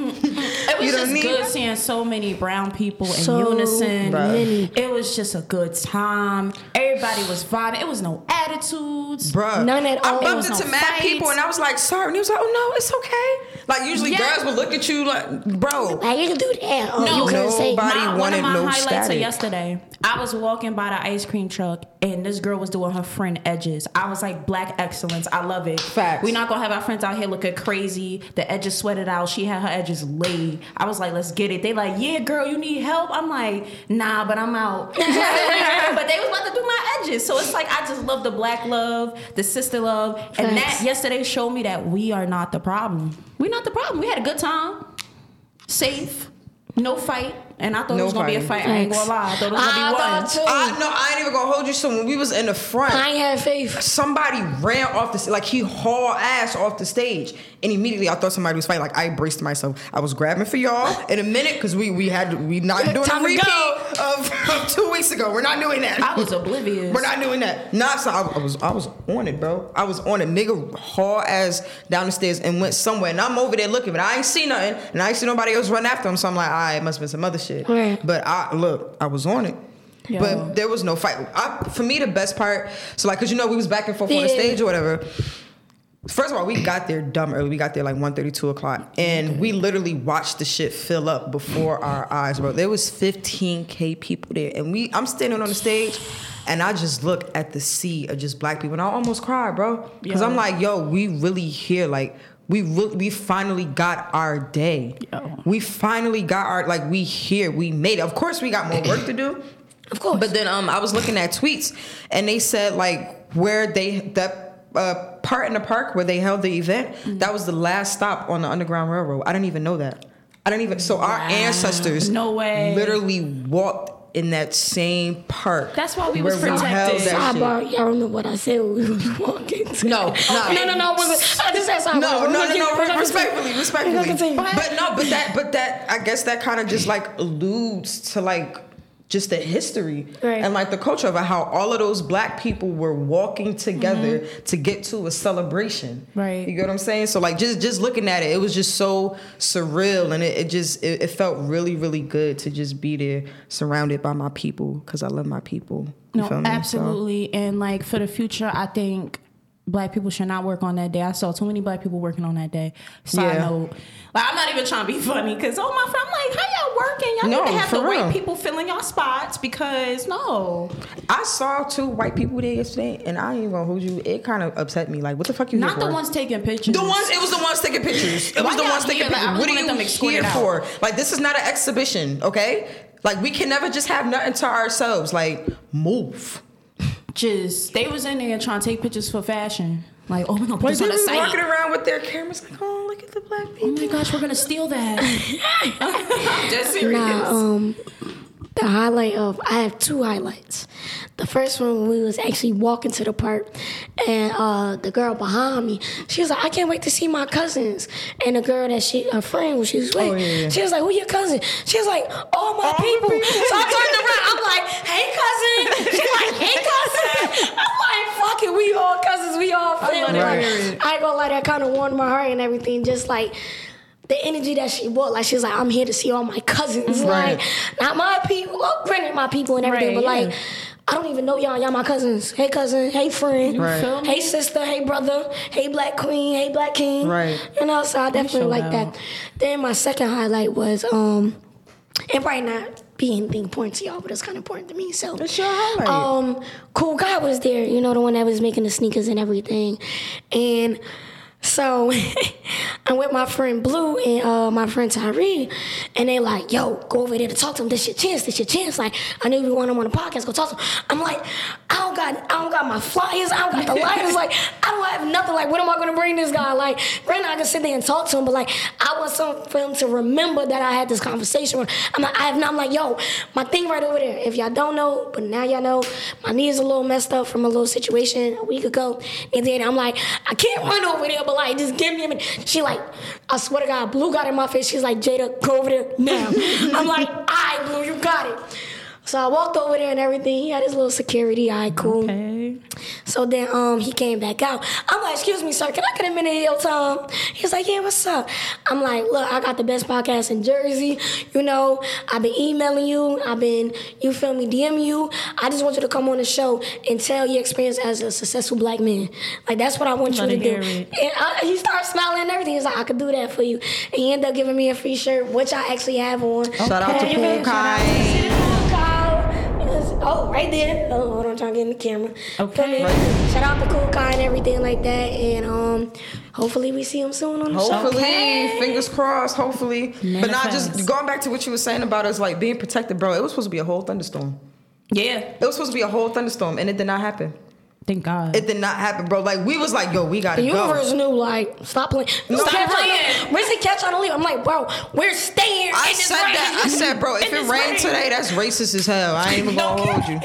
[SPEAKER 4] was
[SPEAKER 5] You don't
[SPEAKER 4] just
[SPEAKER 5] need-
[SPEAKER 4] good seeing so many brown people in
[SPEAKER 6] So
[SPEAKER 4] unison.
[SPEAKER 5] many.
[SPEAKER 4] It was just a good time. Everybody was vibing. It was no attitudes.
[SPEAKER 5] Bruh.
[SPEAKER 6] None at
[SPEAKER 5] I
[SPEAKER 6] all. There
[SPEAKER 5] bumped
[SPEAKER 6] was
[SPEAKER 5] into
[SPEAKER 4] no
[SPEAKER 5] mad
[SPEAKER 4] fights.
[SPEAKER 5] people and I was like, sorry. And he was like, oh no, it's okay. Like usually
[SPEAKER 4] Yeah.
[SPEAKER 5] girls would look at you like, bro.
[SPEAKER 6] Like you can do that. Oh,
[SPEAKER 4] No.
[SPEAKER 6] you couldn't say
[SPEAKER 5] Nobody-
[SPEAKER 4] My- one
[SPEAKER 5] wanted
[SPEAKER 4] of my
[SPEAKER 5] no
[SPEAKER 4] highlights
[SPEAKER 5] static.
[SPEAKER 4] of yesterday, I was walking by the ice cream truck and this girl was doing her friend edges. I was like, black excellence. I love it.
[SPEAKER 5] Facts.
[SPEAKER 4] We're not gonna have our friends out here looking crazy. The edges sweated out. She had her edges laid. I was like, let's get it. They like, yeah, girl, you need help. I'm like, nah, but I'm out. [laughs] but they was about to do my edges. So it's like I just love the black love, the sister love. And
[SPEAKER 6] Facts.
[SPEAKER 4] that yesterday showed me that we are not the problem. We're not the problem. We had a good time safe, no fight. And I thought
[SPEAKER 5] No
[SPEAKER 4] it was gonna be a
[SPEAKER 5] fight.
[SPEAKER 4] fight. I ain't gonna lie. I thought it was gonna
[SPEAKER 6] I
[SPEAKER 4] be
[SPEAKER 6] thought
[SPEAKER 4] one.
[SPEAKER 6] too.
[SPEAKER 5] I, no, I ain't even gonna hold you. So when we was in the front,
[SPEAKER 6] I ain't had faith.
[SPEAKER 5] somebody ran off the like he hauled ass off the stage and immediately i thought somebody was fighting like i braced myself i was grabbing for y'all in a minute because we we had we not doing
[SPEAKER 6] Time
[SPEAKER 5] a
[SPEAKER 6] to
[SPEAKER 5] repeat
[SPEAKER 6] go.
[SPEAKER 5] of, [laughs] of two weeks ago we're not doing that
[SPEAKER 4] I was oblivious.
[SPEAKER 5] we're not doing that. Nah, so I, I was I was on it, bro. I was on it. Nigga haul ass down the stairs and went somewhere. And I'm over there looking, but I ain't see nothing. And I ain't see nobody else run after him. So I'm like, all right, it must have been some other shit.
[SPEAKER 6] Right.
[SPEAKER 5] But I look, I was on it.
[SPEAKER 4] Yo.
[SPEAKER 5] But there was no fight. I, for me, the best part, so like, cause you know we was back and forth on the
[SPEAKER 6] Yeah.
[SPEAKER 5] stage or whatever. First of all, we got there dumb early. We got there like 1.30, 2 o'clock. And we literally watched the shit fill up before our eyes, bro. There was 15K people there. And we I'm standing on the stage and I just look at the sea of just black people. And I almost cried, bro. Because I'm
[SPEAKER 4] Yeah.
[SPEAKER 5] like, yo, we really here. Like, we really we finally got our day.
[SPEAKER 4] Yo.
[SPEAKER 5] We finally got our like we here. We made it. Of course we got more work to do.
[SPEAKER 6] Of course.
[SPEAKER 5] But then um, I was looking at tweets, and they said like where they that uh, part in the park where they held the event
[SPEAKER 4] Mm-hmm.
[SPEAKER 5] that was the last stop on the Underground Railroad. I didn't even know that. I didn't even. So our ancestors,
[SPEAKER 4] No way.
[SPEAKER 5] literally walked in that same park.
[SPEAKER 4] That's why we
[SPEAKER 5] where
[SPEAKER 4] was
[SPEAKER 5] held
[SPEAKER 4] protected.
[SPEAKER 5] that shit.
[SPEAKER 6] Sidebar, y'all remember what I said when we was walking? To. [laughs]
[SPEAKER 5] No, no.
[SPEAKER 6] no, no, no. Wait, wait. I just said sidebar.
[SPEAKER 5] No,
[SPEAKER 6] We're
[SPEAKER 5] no,
[SPEAKER 6] gonna
[SPEAKER 5] no,
[SPEAKER 6] keep-
[SPEAKER 5] no.
[SPEAKER 6] we're gonna
[SPEAKER 5] Respectfully,
[SPEAKER 6] continue. We're gonna
[SPEAKER 5] respectfully.
[SPEAKER 6] continue.
[SPEAKER 5] But no, but that, but that, I guess that kind of just like alludes to like just the history
[SPEAKER 6] Right.
[SPEAKER 5] and like the culture of it, how all of those black people were walking together
[SPEAKER 6] Mm-hmm.
[SPEAKER 5] to get to a celebration.
[SPEAKER 4] Right.
[SPEAKER 5] You get what I'm saying? So like just just looking at it, it was just so surreal, and it, it just it, it felt really really good to just be there, surrounded by my people, because I love my people. You feel
[SPEAKER 4] No,
[SPEAKER 5] me? So-
[SPEAKER 4] absolutely. And like for the future, I think black people should not work on that day. I saw too many black people working on that day. Side
[SPEAKER 5] Yeah.
[SPEAKER 4] note. Like I'm not even trying to be [laughs] funny because all my friends, I'm like, how y'all working? Y'all
[SPEAKER 5] No,
[SPEAKER 4] need to have
[SPEAKER 5] for
[SPEAKER 4] the
[SPEAKER 5] real.
[SPEAKER 4] right people filling y'all spots because no.
[SPEAKER 5] I saw two white people there yesterday, and I ain't even gonna hold you. It kind of upset me. Like, what the fuck you?
[SPEAKER 4] Not
[SPEAKER 5] here
[SPEAKER 4] the
[SPEAKER 5] for?
[SPEAKER 4] ones taking pictures.
[SPEAKER 5] The ones. It was the ones taking pictures. It
[SPEAKER 4] Why
[SPEAKER 5] was the
[SPEAKER 4] y'all
[SPEAKER 5] ones taking
[SPEAKER 4] here? Like,
[SPEAKER 5] pictures.
[SPEAKER 4] I
[SPEAKER 5] what
[SPEAKER 4] really
[SPEAKER 5] are
[SPEAKER 4] want them
[SPEAKER 5] you
[SPEAKER 4] escorted
[SPEAKER 5] here for?
[SPEAKER 4] out.
[SPEAKER 5] Like, this is not an exhibition, okay? Like, we can never just have nothing to ourselves. Like, move.
[SPEAKER 4] just they was in there trying to take pictures for fashion. Like, oh, we're gonna put
[SPEAKER 5] Like,
[SPEAKER 4] this on
[SPEAKER 5] they
[SPEAKER 4] the
[SPEAKER 5] was
[SPEAKER 4] site.
[SPEAKER 5] walking around with their cameras. Like, oh, look at the black
[SPEAKER 4] Oh
[SPEAKER 5] people.
[SPEAKER 4] my gosh, we're gonna steal that.
[SPEAKER 5] [laughs]
[SPEAKER 4] [laughs] I'm just serious.
[SPEAKER 6] Nah, um, the highlight of I have two highlights. The first one we was actually walking to the park, and uh, the girl behind me, she was like, "I can't wait to see my cousins." And the girl that she, her friend, who she was with,
[SPEAKER 5] Oh, yeah, yeah.
[SPEAKER 6] she was like, "Who your cousin?" She was like, "All my
[SPEAKER 5] All my
[SPEAKER 6] people."
[SPEAKER 5] people.
[SPEAKER 6] So I turned around, I'm like, "Hey cousin," she's like, "Hey cousin." I'm like, "Fuck it, we all cousins, we all family."
[SPEAKER 5] Right.
[SPEAKER 6] Like, I ain't gonna lie, that kind of warmed my heart and everything. Just like the energy that she brought, like she was like, I'm here to see all my
[SPEAKER 4] Mm-hmm.
[SPEAKER 6] cousins,
[SPEAKER 5] Right.
[SPEAKER 6] like not my people. Well, granted, my people and everything,
[SPEAKER 4] Right,
[SPEAKER 6] but like.
[SPEAKER 4] yeah.
[SPEAKER 6] I don't even know y'all. Y'all my cousins. Hey cousin. Hey friend.
[SPEAKER 5] Right.
[SPEAKER 4] feel me?
[SPEAKER 6] Hey sister. Hey brother. Hey black queen. Hey black king.
[SPEAKER 5] Right.
[SPEAKER 6] You know, so I definitely
[SPEAKER 4] show
[SPEAKER 6] like
[SPEAKER 4] out.
[SPEAKER 6] that. Then my second highlight was um, it might not be anything important to y'all, but it's kind of important to me. So
[SPEAKER 5] It's your highlight.
[SPEAKER 6] um, cool guy was there. You know, the one that was making the sneakers and everything. And so [laughs] I'm with my friend Blue and uh, my friend Tyree, and they like, yo, go over there to talk to him. This your chance. This your chance. Like, I knew you want him on the podcast. Go talk to him. I'm like, I don't got, I don't got my flyers. I don't
[SPEAKER 5] [laughs]
[SPEAKER 6] got the lighters. like, I don't have nothing. Like, what am I gonna bring this guy? Like, granted, I can sit there and talk to him, but like, I want some for him to remember that I had this conversation. With him. I'm like, I have not. I'm like, yo, my thing right over there. If y'all don't know, but now y'all know, my knee is a little messed up from a little situation a week ago. And then I'm like, I can't run over there, but like, just give me a minute. She like, I swear to God, Blue got in my face. She's like, Jada, go over there now. I'm like, all right, Blue, you got it. So I walked over there and everything. He had his little security. All right, cool.
[SPEAKER 4] Okay.
[SPEAKER 6] So then um he came back out. I'm like, excuse me, sir, can I get a minute of your time? He's like, yeah, what's up? I'm like, look, I got the best podcast in Jersey. You know, I've been emailing you. I've been, you feel me, DMing you. I just want you to come on the show and tell your experience as a successful black man. Like that's what I want
[SPEAKER 4] Let
[SPEAKER 6] you
[SPEAKER 4] it
[SPEAKER 6] to do.
[SPEAKER 4] hear it.
[SPEAKER 6] And I, he started smiling and everything. He's like, I could do that for you. And he ended up giving me a free shirt, which I actually have on.
[SPEAKER 5] Shout out to
[SPEAKER 6] Okay.
[SPEAKER 5] Pool Kai.
[SPEAKER 6] Kyle. Oh, right there. Oh, hold on, trying to get in the camera.
[SPEAKER 4] Okay.
[SPEAKER 6] Feel me? Shout out to Cool Kai and everything like that. And um, hopefully we see him soon on the show.
[SPEAKER 5] Hopefully, fingers crossed. Hopefully, but not just
[SPEAKER 4] Manifest.
[SPEAKER 5] going back to what you were saying about us like being protected, bro. It was supposed to be a whole thunderstorm.
[SPEAKER 4] Yeah.
[SPEAKER 5] It was supposed to be a whole thunderstorm, and it did not happen.
[SPEAKER 4] Thank God.
[SPEAKER 5] It did not happen, bro. Like we was like, yo, we gotta
[SPEAKER 6] The universe
[SPEAKER 5] go.
[SPEAKER 6] knew, like, stop playing. You
[SPEAKER 5] Stop
[SPEAKER 6] catch on-
[SPEAKER 4] playing.
[SPEAKER 6] Where's the catch on the leave? I'm like, bro, we're staying.
[SPEAKER 5] I
[SPEAKER 6] in this
[SPEAKER 5] said
[SPEAKER 6] rain.
[SPEAKER 5] that. I said, bro, if
[SPEAKER 6] In
[SPEAKER 5] it
[SPEAKER 6] this
[SPEAKER 5] rained
[SPEAKER 6] rain.
[SPEAKER 5] today, that's racist as hell. I ain't even gonna hold you.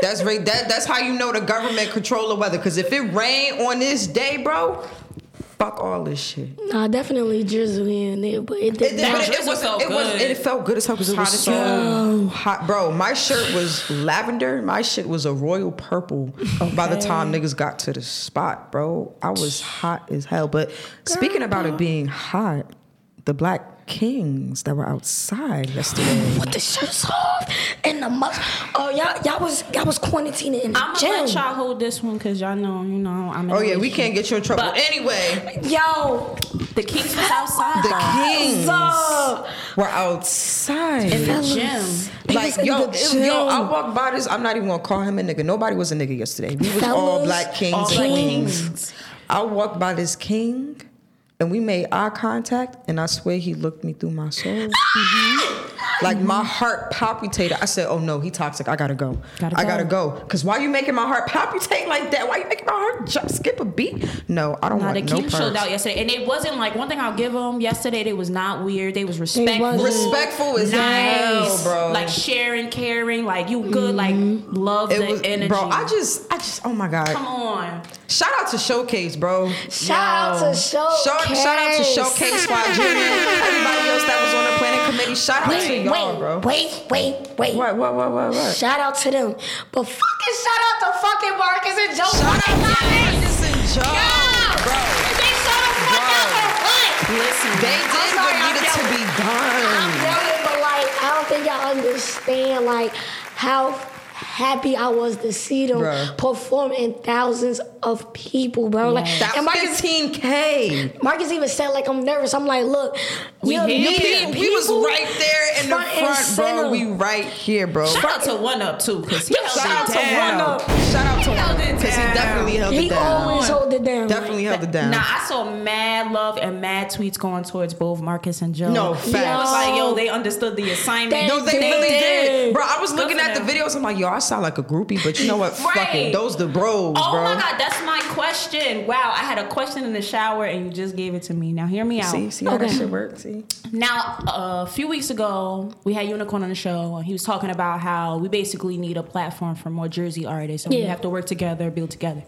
[SPEAKER 5] That's ra- that, That's how you know the government control the weather. Cause if it rained on this day, bro, fuck all this shit.
[SPEAKER 6] Nah, definitely drizzle in there, but it
[SPEAKER 5] It,
[SPEAKER 6] didn't.
[SPEAKER 5] did, but it,
[SPEAKER 4] drizzle
[SPEAKER 5] it was
[SPEAKER 4] felt
[SPEAKER 5] it was
[SPEAKER 4] good.
[SPEAKER 5] it felt good as hell because it
[SPEAKER 4] Hot
[SPEAKER 5] was
[SPEAKER 4] as
[SPEAKER 5] so hot, bro. My shirt was lavender. My shit was a royal purple. By the time niggas got to the spot, bro, I was hot as hell. But speaking about it being hot, the black kings that were outside
[SPEAKER 4] [sighs]
[SPEAKER 5] yesterday.
[SPEAKER 6] with the shirts off and the mugs. Oh, y'all, y'all was y'all was quarantining in the
[SPEAKER 4] I'm
[SPEAKER 6] gym.
[SPEAKER 4] gonna let y'all hold this one because y'all know, you know, I'm. in
[SPEAKER 5] Oh
[SPEAKER 4] a
[SPEAKER 5] yeah, we can't get you in trouble.
[SPEAKER 4] But-
[SPEAKER 5] Anyway,
[SPEAKER 6] Yo,
[SPEAKER 4] relationship. The Kings was outside.
[SPEAKER 5] the kings
[SPEAKER 6] so
[SPEAKER 5] were outside.
[SPEAKER 4] in the gym.
[SPEAKER 6] They
[SPEAKER 5] Like
[SPEAKER 6] was in
[SPEAKER 5] yo,
[SPEAKER 6] the
[SPEAKER 5] it-
[SPEAKER 6] gym.
[SPEAKER 5] yo, I walked by this. I'm not even gonna call him a nigga. Nobody was a nigga yesterday. We was all
[SPEAKER 6] Fellas,
[SPEAKER 5] black kings,
[SPEAKER 6] all
[SPEAKER 5] and
[SPEAKER 6] black
[SPEAKER 5] queens.
[SPEAKER 4] kings.
[SPEAKER 5] I walked by this king, and we made eye contact, and I swear he looked me through my soul.
[SPEAKER 4] [laughs]
[SPEAKER 5] Like my heart palpitated. I said, "Oh no, he toxic. I gotta go.
[SPEAKER 4] Gotta
[SPEAKER 5] I
[SPEAKER 4] go.
[SPEAKER 5] gotta go." Cause why you making my heart palpitate like that? Why you making my heart jump, skip a beat? No, I don't
[SPEAKER 4] Nah,
[SPEAKER 5] want
[SPEAKER 4] the
[SPEAKER 5] no
[SPEAKER 4] Kings showed
[SPEAKER 5] perks.
[SPEAKER 4] out yesterday, and it wasn't like one thing I'll give them. Yesterday, they was not weird. They was respectful,
[SPEAKER 6] wasn't.
[SPEAKER 5] Respectful as hell, bro.
[SPEAKER 4] Like sharing, caring, like you good, like love the
[SPEAKER 5] It was,
[SPEAKER 4] energy.
[SPEAKER 5] bro. I just, I just. Oh my god!
[SPEAKER 4] come on.
[SPEAKER 5] Shout out to Showcase, bro.
[SPEAKER 6] shout
[SPEAKER 4] Yo.
[SPEAKER 6] out to Showcase.
[SPEAKER 5] Shout, shout out to Showcase
[SPEAKER 6] [laughs]
[SPEAKER 5] Squad Junior, everybody else that was on the planning committee. Shout out to
[SPEAKER 6] Wait,
[SPEAKER 5] y'all,
[SPEAKER 6] wait,
[SPEAKER 5] bro.
[SPEAKER 6] wait, wait, wait.
[SPEAKER 5] What, what, what, what, what?
[SPEAKER 6] Shout out to them. But fucking shout out to fucking Marcus and Joe. fucking Collins.
[SPEAKER 5] Marcus and Joe,
[SPEAKER 6] Yo.
[SPEAKER 5] bro.
[SPEAKER 6] They shut the fuck
[SPEAKER 5] Bro.
[SPEAKER 6] up and what?
[SPEAKER 4] Listen,
[SPEAKER 5] They did
[SPEAKER 6] I'm sorry,
[SPEAKER 5] what
[SPEAKER 6] I'm
[SPEAKER 5] needed to
[SPEAKER 6] yelling.
[SPEAKER 5] be
[SPEAKER 6] I'm
[SPEAKER 5] done.
[SPEAKER 6] telling you, but like, I don't think y'all understand like how happy I was to see them
[SPEAKER 5] Bruh.
[SPEAKER 6] perform in thousands of people, bro. Like,
[SPEAKER 5] That
[SPEAKER 6] and
[SPEAKER 5] was
[SPEAKER 6] Marcus,
[SPEAKER 5] 15k.
[SPEAKER 6] Marcus even said like I'm nervous. I'm like, look,
[SPEAKER 4] We
[SPEAKER 6] you're
[SPEAKER 4] here.
[SPEAKER 6] meeting
[SPEAKER 5] We was
[SPEAKER 6] people
[SPEAKER 5] right there in the
[SPEAKER 6] front and
[SPEAKER 5] front, bro.
[SPEAKER 6] center.
[SPEAKER 5] We right here, bro.
[SPEAKER 4] shout out to One Up too, because he
[SPEAKER 6] Yo,
[SPEAKER 4] held
[SPEAKER 5] Shout out
[SPEAKER 4] it
[SPEAKER 5] to
[SPEAKER 4] down.
[SPEAKER 5] one up. Shout out to
[SPEAKER 4] He held
[SPEAKER 5] one
[SPEAKER 4] it
[SPEAKER 5] because he
[SPEAKER 4] down.
[SPEAKER 5] definitely held
[SPEAKER 6] He
[SPEAKER 5] it down.
[SPEAKER 6] always hold it down.
[SPEAKER 5] Definitely held it down.
[SPEAKER 4] Nah, I saw mad love and mad tweets going towards both Marcus and Joe.
[SPEAKER 5] No
[SPEAKER 4] It
[SPEAKER 5] facts.
[SPEAKER 4] was like, yo, they understood the assignment.
[SPEAKER 6] They
[SPEAKER 5] No, they
[SPEAKER 6] They
[SPEAKER 5] really did.
[SPEAKER 6] did.
[SPEAKER 5] Bro, I was
[SPEAKER 4] Good
[SPEAKER 5] looking
[SPEAKER 4] for
[SPEAKER 5] at the
[SPEAKER 4] them.
[SPEAKER 5] videos. I'm like, yo, I sound like a groupie, but you know what? Fuck it.
[SPEAKER 4] Right.
[SPEAKER 5] Those the bros,
[SPEAKER 4] Oh
[SPEAKER 5] bro.
[SPEAKER 4] my God, that's my question. Wow, I had a question in the shower and you just gave it to me. Now, hear me out.
[SPEAKER 5] See, see how that
[SPEAKER 6] Okay.
[SPEAKER 5] shit works? See?
[SPEAKER 4] Now, uh, a few weeks ago, we had Unicorn on the show, and he was talking about how we basically need a platform for more Jersey artists, and we
[SPEAKER 6] Yeah.
[SPEAKER 4] have to work together, build together.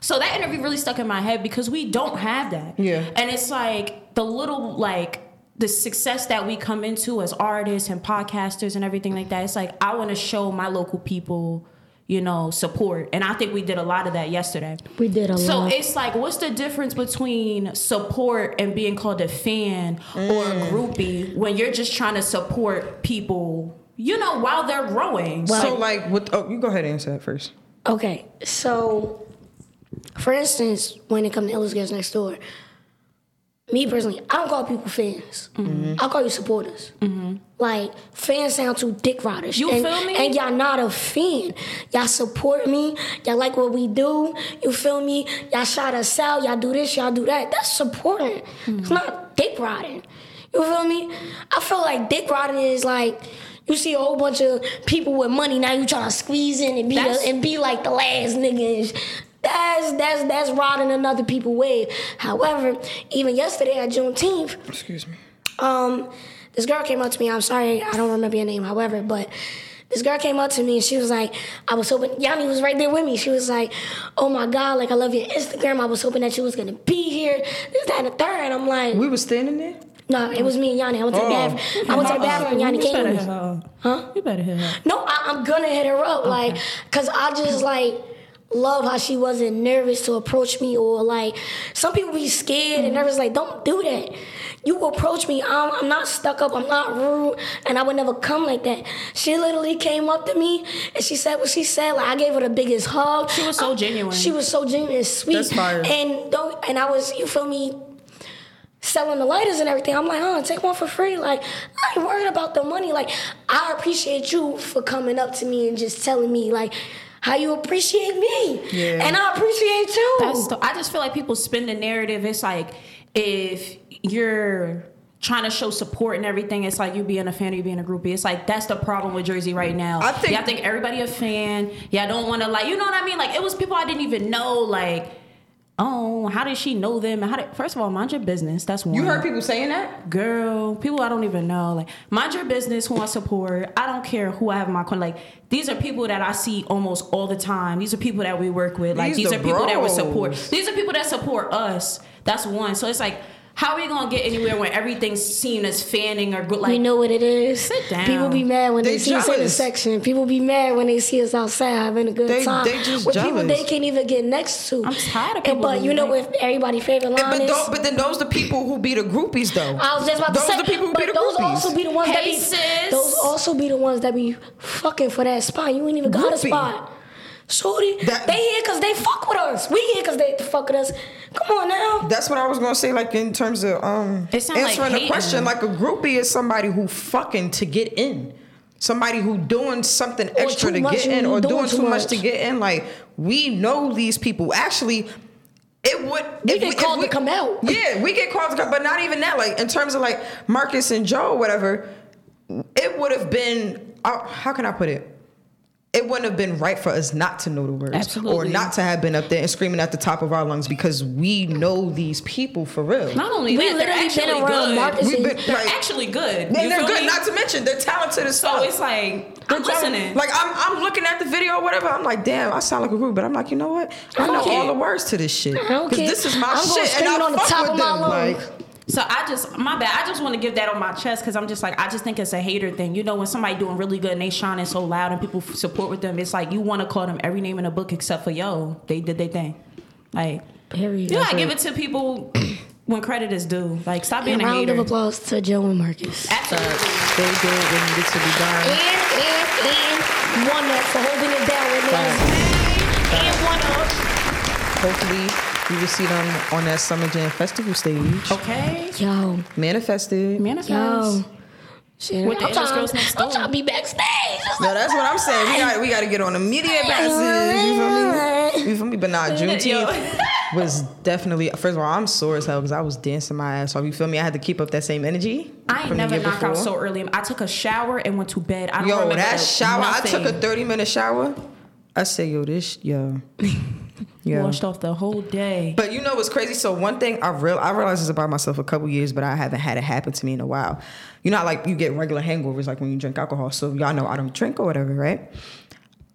[SPEAKER 4] So that interview really stuck in my head because we don't have that.
[SPEAKER 5] Yeah.
[SPEAKER 4] and it's like the little like the success that we come into as artists and podcasters and everything like that. It's like I want to show my local people, you know, support, and I think we did a lot of that yesterday.
[SPEAKER 6] We did a
[SPEAKER 4] So
[SPEAKER 6] lot.
[SPEAKER 4] it's like, what's the difference between support and being called a fan or a groupie when you're just trying to support people, you know, while they're growing?
[SPEAKER 5] So like with oh you go ahead and answer that first.
[SPEAKER 6] Okay, so for instance, when it comes to Illustrates Next Door, me personally, I don't call people fans.
[SPEAKER 4] Mm-hmm.
[SPEAKER 6] I call you supporters. Like fans sound too dick rotters.
[SPEAKER 4] You
[SPEAKER 6] and,
[SPEAKER 4] feel me?
[SPEAKER 6] And y'all not a fan. Y'all support me. Y'all like what we do. You feel me? Y'all shout us out. Y'all do this. Y'all do that. That's supporting.
[SPEAKER 4] Mm-hmm.
[SPEAKER 6] It's not dick rotting. You feel me? I feel like dick rotting is like. You see a whole bunch of people with money now. You trying to squeeze in and be
[SPEAKER 4] That's-
[SPEAKER 6] the, and be like the last nigga. and sh- That's that's that's rotting another people wave. However, even yesterday at Juneteenth,
[SPEAKER 5] Excuse me.
[SPEAKER 6] um, this girl came up to me. I'm sorry, I don't remember your name, however, but this girl came up to me and she was like, I was hoping, Yanni was right there with me. She was like, Oh my God, like I love your Instagram. I was hoping that you was gonna be here, this, that, and the third. And I'm like,
[SPEAKER 5] We were standing there.
[SPEAKER 6] No, it was me and Yanni. I went to the
[SPEAKER 5] Oh.
[SPEAKER 6] bathroom. I went to
[SPEAKER 4] uh-uh.
[SPEAKER 6] the bathroom and Yanni
[SPEAKER 4] you
[SPEAKER 6] came
[SPEAKER 4] better
[SPEAKER 6] with
[SPEAKER 4] hit
[SPEAKER 6] me.
[SPEAKER 4] her up. Huh? You better hit her up.
[SPEAKER 6] No, I, I'm gonna hit her up, like, cause I just like love how she wasn't nervous to approach me or like some people be scared
[SPEAKER 4] Mm-hmm.
[SPEAKER 6] and nervous. Like, don't do that. You approach me. I'm, I'm not stuck up. I'm not rude, and I would never come like that. She literally came up to me and she said what she said. Like, I gave her the biggest hug.
[SPEAKER 4] She was so
[SPEAKER 6] I-
[SPEAKER 4] genuine.
[SPEAKER 6] She was so genuine and sweet.
[SPEAKER 5] That's fire.
[SPEAKER 6] And don't and I was you feel me selling the lighters and everything. I'm like, huh, take one for free. Like, I ain't worried about the money. Like, I appreciate you for coming up to me and just telling me, like, how you appreciate me.
[SPEAKER 5] Yeah.
[SPEAKER 6] And I appreciate you.
[SPEAKER 4] That's the, I just feel like people spin the narrative. It's like if you're trying to show support and everything, it's like you being a fan or you being a groupie. It's like that's the problem with Jersey right now.
[SPEAKER 5] I think-
[SPEAKER 4] y'all think everybody a fan. Y'all don't want to like you know what I mean. Like it was people I didn't even know. Like oh, how did she know them? And How did first of all mind your business. That's one.
[SPEAKER 5] You heard people saying that?
[SPEAKER 4] girl, people I don't even know. Like, mind your business, who I support. I don't care who I have in my corner. Like, these are people that I see almost all the time. These are people that we work with. Like,
[SPEAKER 5] These
[SPEAKER 4] these,
[SPEAKER 5] the
[SPEAKER 4] are people that would
[SPEAKER 5] bros.
[SPEAKER 4] support. These are people that support us. That's one. So it's like, how are we gonna get anywhere when everything's seen as fanning or good? Like,
[SPEAKER 6] we know what it is.
[SPEAKER 4] Sit down.
[SPEAKER 6] People be mad when they,
[SPEAKER 5] They
[SPEAKER 6] see us in the
[SPEAKER 5] jealous.
[SPEAKER 6] section. People be mad when they see us outside having a good
[SPEAKER 5] They-
[SPEAKER 6] time.
[SPEAKER 5] they just
[SPEAKER 6] with people
[SPEAKER 5] jealous.
[SPEAKER 6] they can't even get next to.
[SPEAKER 4] I'm tired of
[SPEAKER 6] And,
[SPEAKER 4] people
[SPEAKER 6] but
[SPEAKER 4] who
[SPEAKER 6] you know
[SPEAKER 4] like-
[SPEAKER 6] what everybody's favorite line
[SPEAKER 5] But,
[SPEAKER 6] is?
[SPEAKER 5] those, but then those the people who be the groupies though.
[SPEAKER 6] I was just about to
[SPEAKER 5] those
[SPEAKER 6] say,
[SPEAKER 5] the people who
[SPEAKER 6] but
[SPEAKER 5] be the
[SPEAKER 6] those
[SPEAKER 5] groupies.
[SPEAKER 6] also be the ones that
[SPEAKER 4] Hey,
[SPEAKER 6] be
[SPEAKER 4] sis.
[SPEAKER 6] those also be the ones that be fucking for that spot. You ain't even got a
[SPEAKER 5] Groupie.
[SPEAKER 6] spot. Shorty,
[SPEAKER 5] That-
[SPEAKER 6] they here cause they fuck with us. We here cause they fuck with us. Come on now.
[SPEAKER 5] That's what I was gonna say. Like in terms of um,
[SPEAKER 4] It sound like
[SPEAKER 5] answering a
[SPEAKER 4] hating.
[SPEAKER 5] question, like a groupie is somebody who fucking to get in, somebody who doing something extra
[SPEAKER 6] too
[SPEAKER 5] to
[SPEAKER 6] much,
[SPEAKER 5] get in,
[SPEAKER 6] you
[SPEAKER 5] or
[SPEAKER 6] doing
[SPEAKER 5] doing
[SPEAKER 6] too
[SPEAKER 5] too much
[SPEAKER 6] much.
[SPEAKER 5] to get in. Like we know these people. Actually, it would.
[SPEAKER 6] We
[SPEAKER 5] if
[SPEAKER 6] get
[SPEAKER 5] if
[SPEAKER 6] called to come out.
[SPEAKER 5] Yeah, we get called to come, but not even that. Like in terms of like Marcus and Joe, whatever. It would have been. Uh, how can I put it? it wouldn't have been right for us not to know the words or
[SPEAKER 4] Absolutely.
[SPEAKER 5] not to have been up there and screaming at the top of our lungs because we know these people for real.
[SPEAKER 4] not only
[SPEAKER 6] We
[SPEAKER 4] that, they're
[SPEAKER 6] literally
[SPEAKER 4] actually
[SPEAKER 6] been around
[SPEAKER 4] good.
[SPEAKER 6] Marcus
[SPEAKER 5] We've
[SPEAKER 6] and-
[SPEAKER 5] been-
[SPEAKER 4] they're
[SPEAKER 5] like-
[SPEAKER 4] actually good.
[SPEAKER 5] and
[SPEAKER 4] You
[SPEAKER 5] they're
[SPEAKER 4] feel
[SPEAKER 5] good,
[SPEAKER 4] me?
[SPEAKER 5] not to mention they're talented as fuck.
[SPEAKER 4] so it's like
[SPEAKER 5] They're
[SPEAKER 4] I'm
[SPEAKER 5] talent-
[SPEAKER 4] listening.
[SPEAKER 5] Like I'm, I'm looking at the video or whatever. I'm like, damn, I sound like a group, but I'm like, you know what? I
[SPEAKER 6] don't
[SPEAKER 5] know
[SPEAKER 6] care.
[SPEAKER 5] all the words to this shit.
[SPEAKER 6] I don't
[SPEAKER 5] 'Cause
[SPEAKER 6] care.
[SPEAKER 5] This is my
[SPEAKER 6] I'm gonna
[SPEAKER 5] shit, and
[SPEAKER 6] scream
[SPEAKER 5] I
[SPEAKER 6] it on the
[SPEAKER 5] fuck
[SPEAKER 6] top
[SPEAKER 5] with
[SPEAKER 6] of my
[SPEAKER 5] them.
[SPEAKER 6] lungs.
[SPEAKER 5] Like,
[SPEAKER 4] So I just, my bad. I just want to give that on my chest because I'm just like, I just think it's a hater thing. You know, when somebody doing really good and they shining so loud and people f- support with them, it's like you want to call them every name in the book except for yo, they did their thing. Like,
[SPEAKER 6] Period.
[SPEAKER 4] you gotta give it to people [coughs] when credit is due. Like, stop
[SPEAKER 6] A
[SPEAKER 4] being a
[SPEAKER 6] round of
[SPEAKER 4] hater.
[SPEAKER 6] applause to Joe and Marcus.
[SPEAKER 4] Absolutely.
[SPEAKER 5] uh, they did what needed to be
[SPEAKER 6] And
[SPEAKER 5] done.
[SPEAKER 6] and and one up for holding it down with niggas. And one up.
[SPEAKER 5] Hopefully, we will see them on that Summer Jam Festival stage.
[SPEAKER 6] Oh.
[SPEAKER 4] Okay.
[SPEAKER 6] Yo,
[SPEAKER 5] Manifested.
[SPEAKER 6] yo.
[SPEAKER 4] Manifest.
[SPEAKER 6] Shit,
[SPEAKER 4] With the
[SPEAKER 6] I'm
[SPEAKER 4] Illest
[SPEAKER 6] trying-
[SPEAKER 4] Girls Next
[SPEAKER 6] I'm
[SPEAKER 4] Door.
[SPEAKER 6] trying to be backstage. It's
[SPEAKER 5] No,
[SPEAKER 6] like,
[SPEAKER 5] that's what I'm
[SPEAKER 6] [laughs]
[SPEAKER 5] saying. We got we got to get on immediate passes. You feel me? You feel me? But not Juneteenth was definitely. First of all, I'm sore as hell because I was dancing my ass off. You feel me? I had to keep up that same energy.
[SPEAKER 4] I ain't
[SPEAKER 5] from the
[SPEAKER 4] never
[SPEAKER 5] year
[SPEAKER 4] knocked out
[SPEAKER 5] before.
[SPEAKER 4] so early. I took a shower and went to bed. I don't
[SPEAKER 5] Yo,
[SPEAKER 4] remember
[SPEAKER 5] that shower. I
[SPEAKER 4] nothing.
[SPEAKER 5] took a 30 minute shower. I say, yo, this,
[SPEAKER 4] [laughs]
[SPEAKER 5] yo, yo.
[SPEAKER 4] washed off the whole day.
[SPEAKER 5] But you know what's crazy? So one thing I real I realized this about myself a couple years, but I haven't had it happen to me in a while. You know, how, like you get regular hangovers, like when you drink alcohol. So y'all know I don't drink or whatever, right?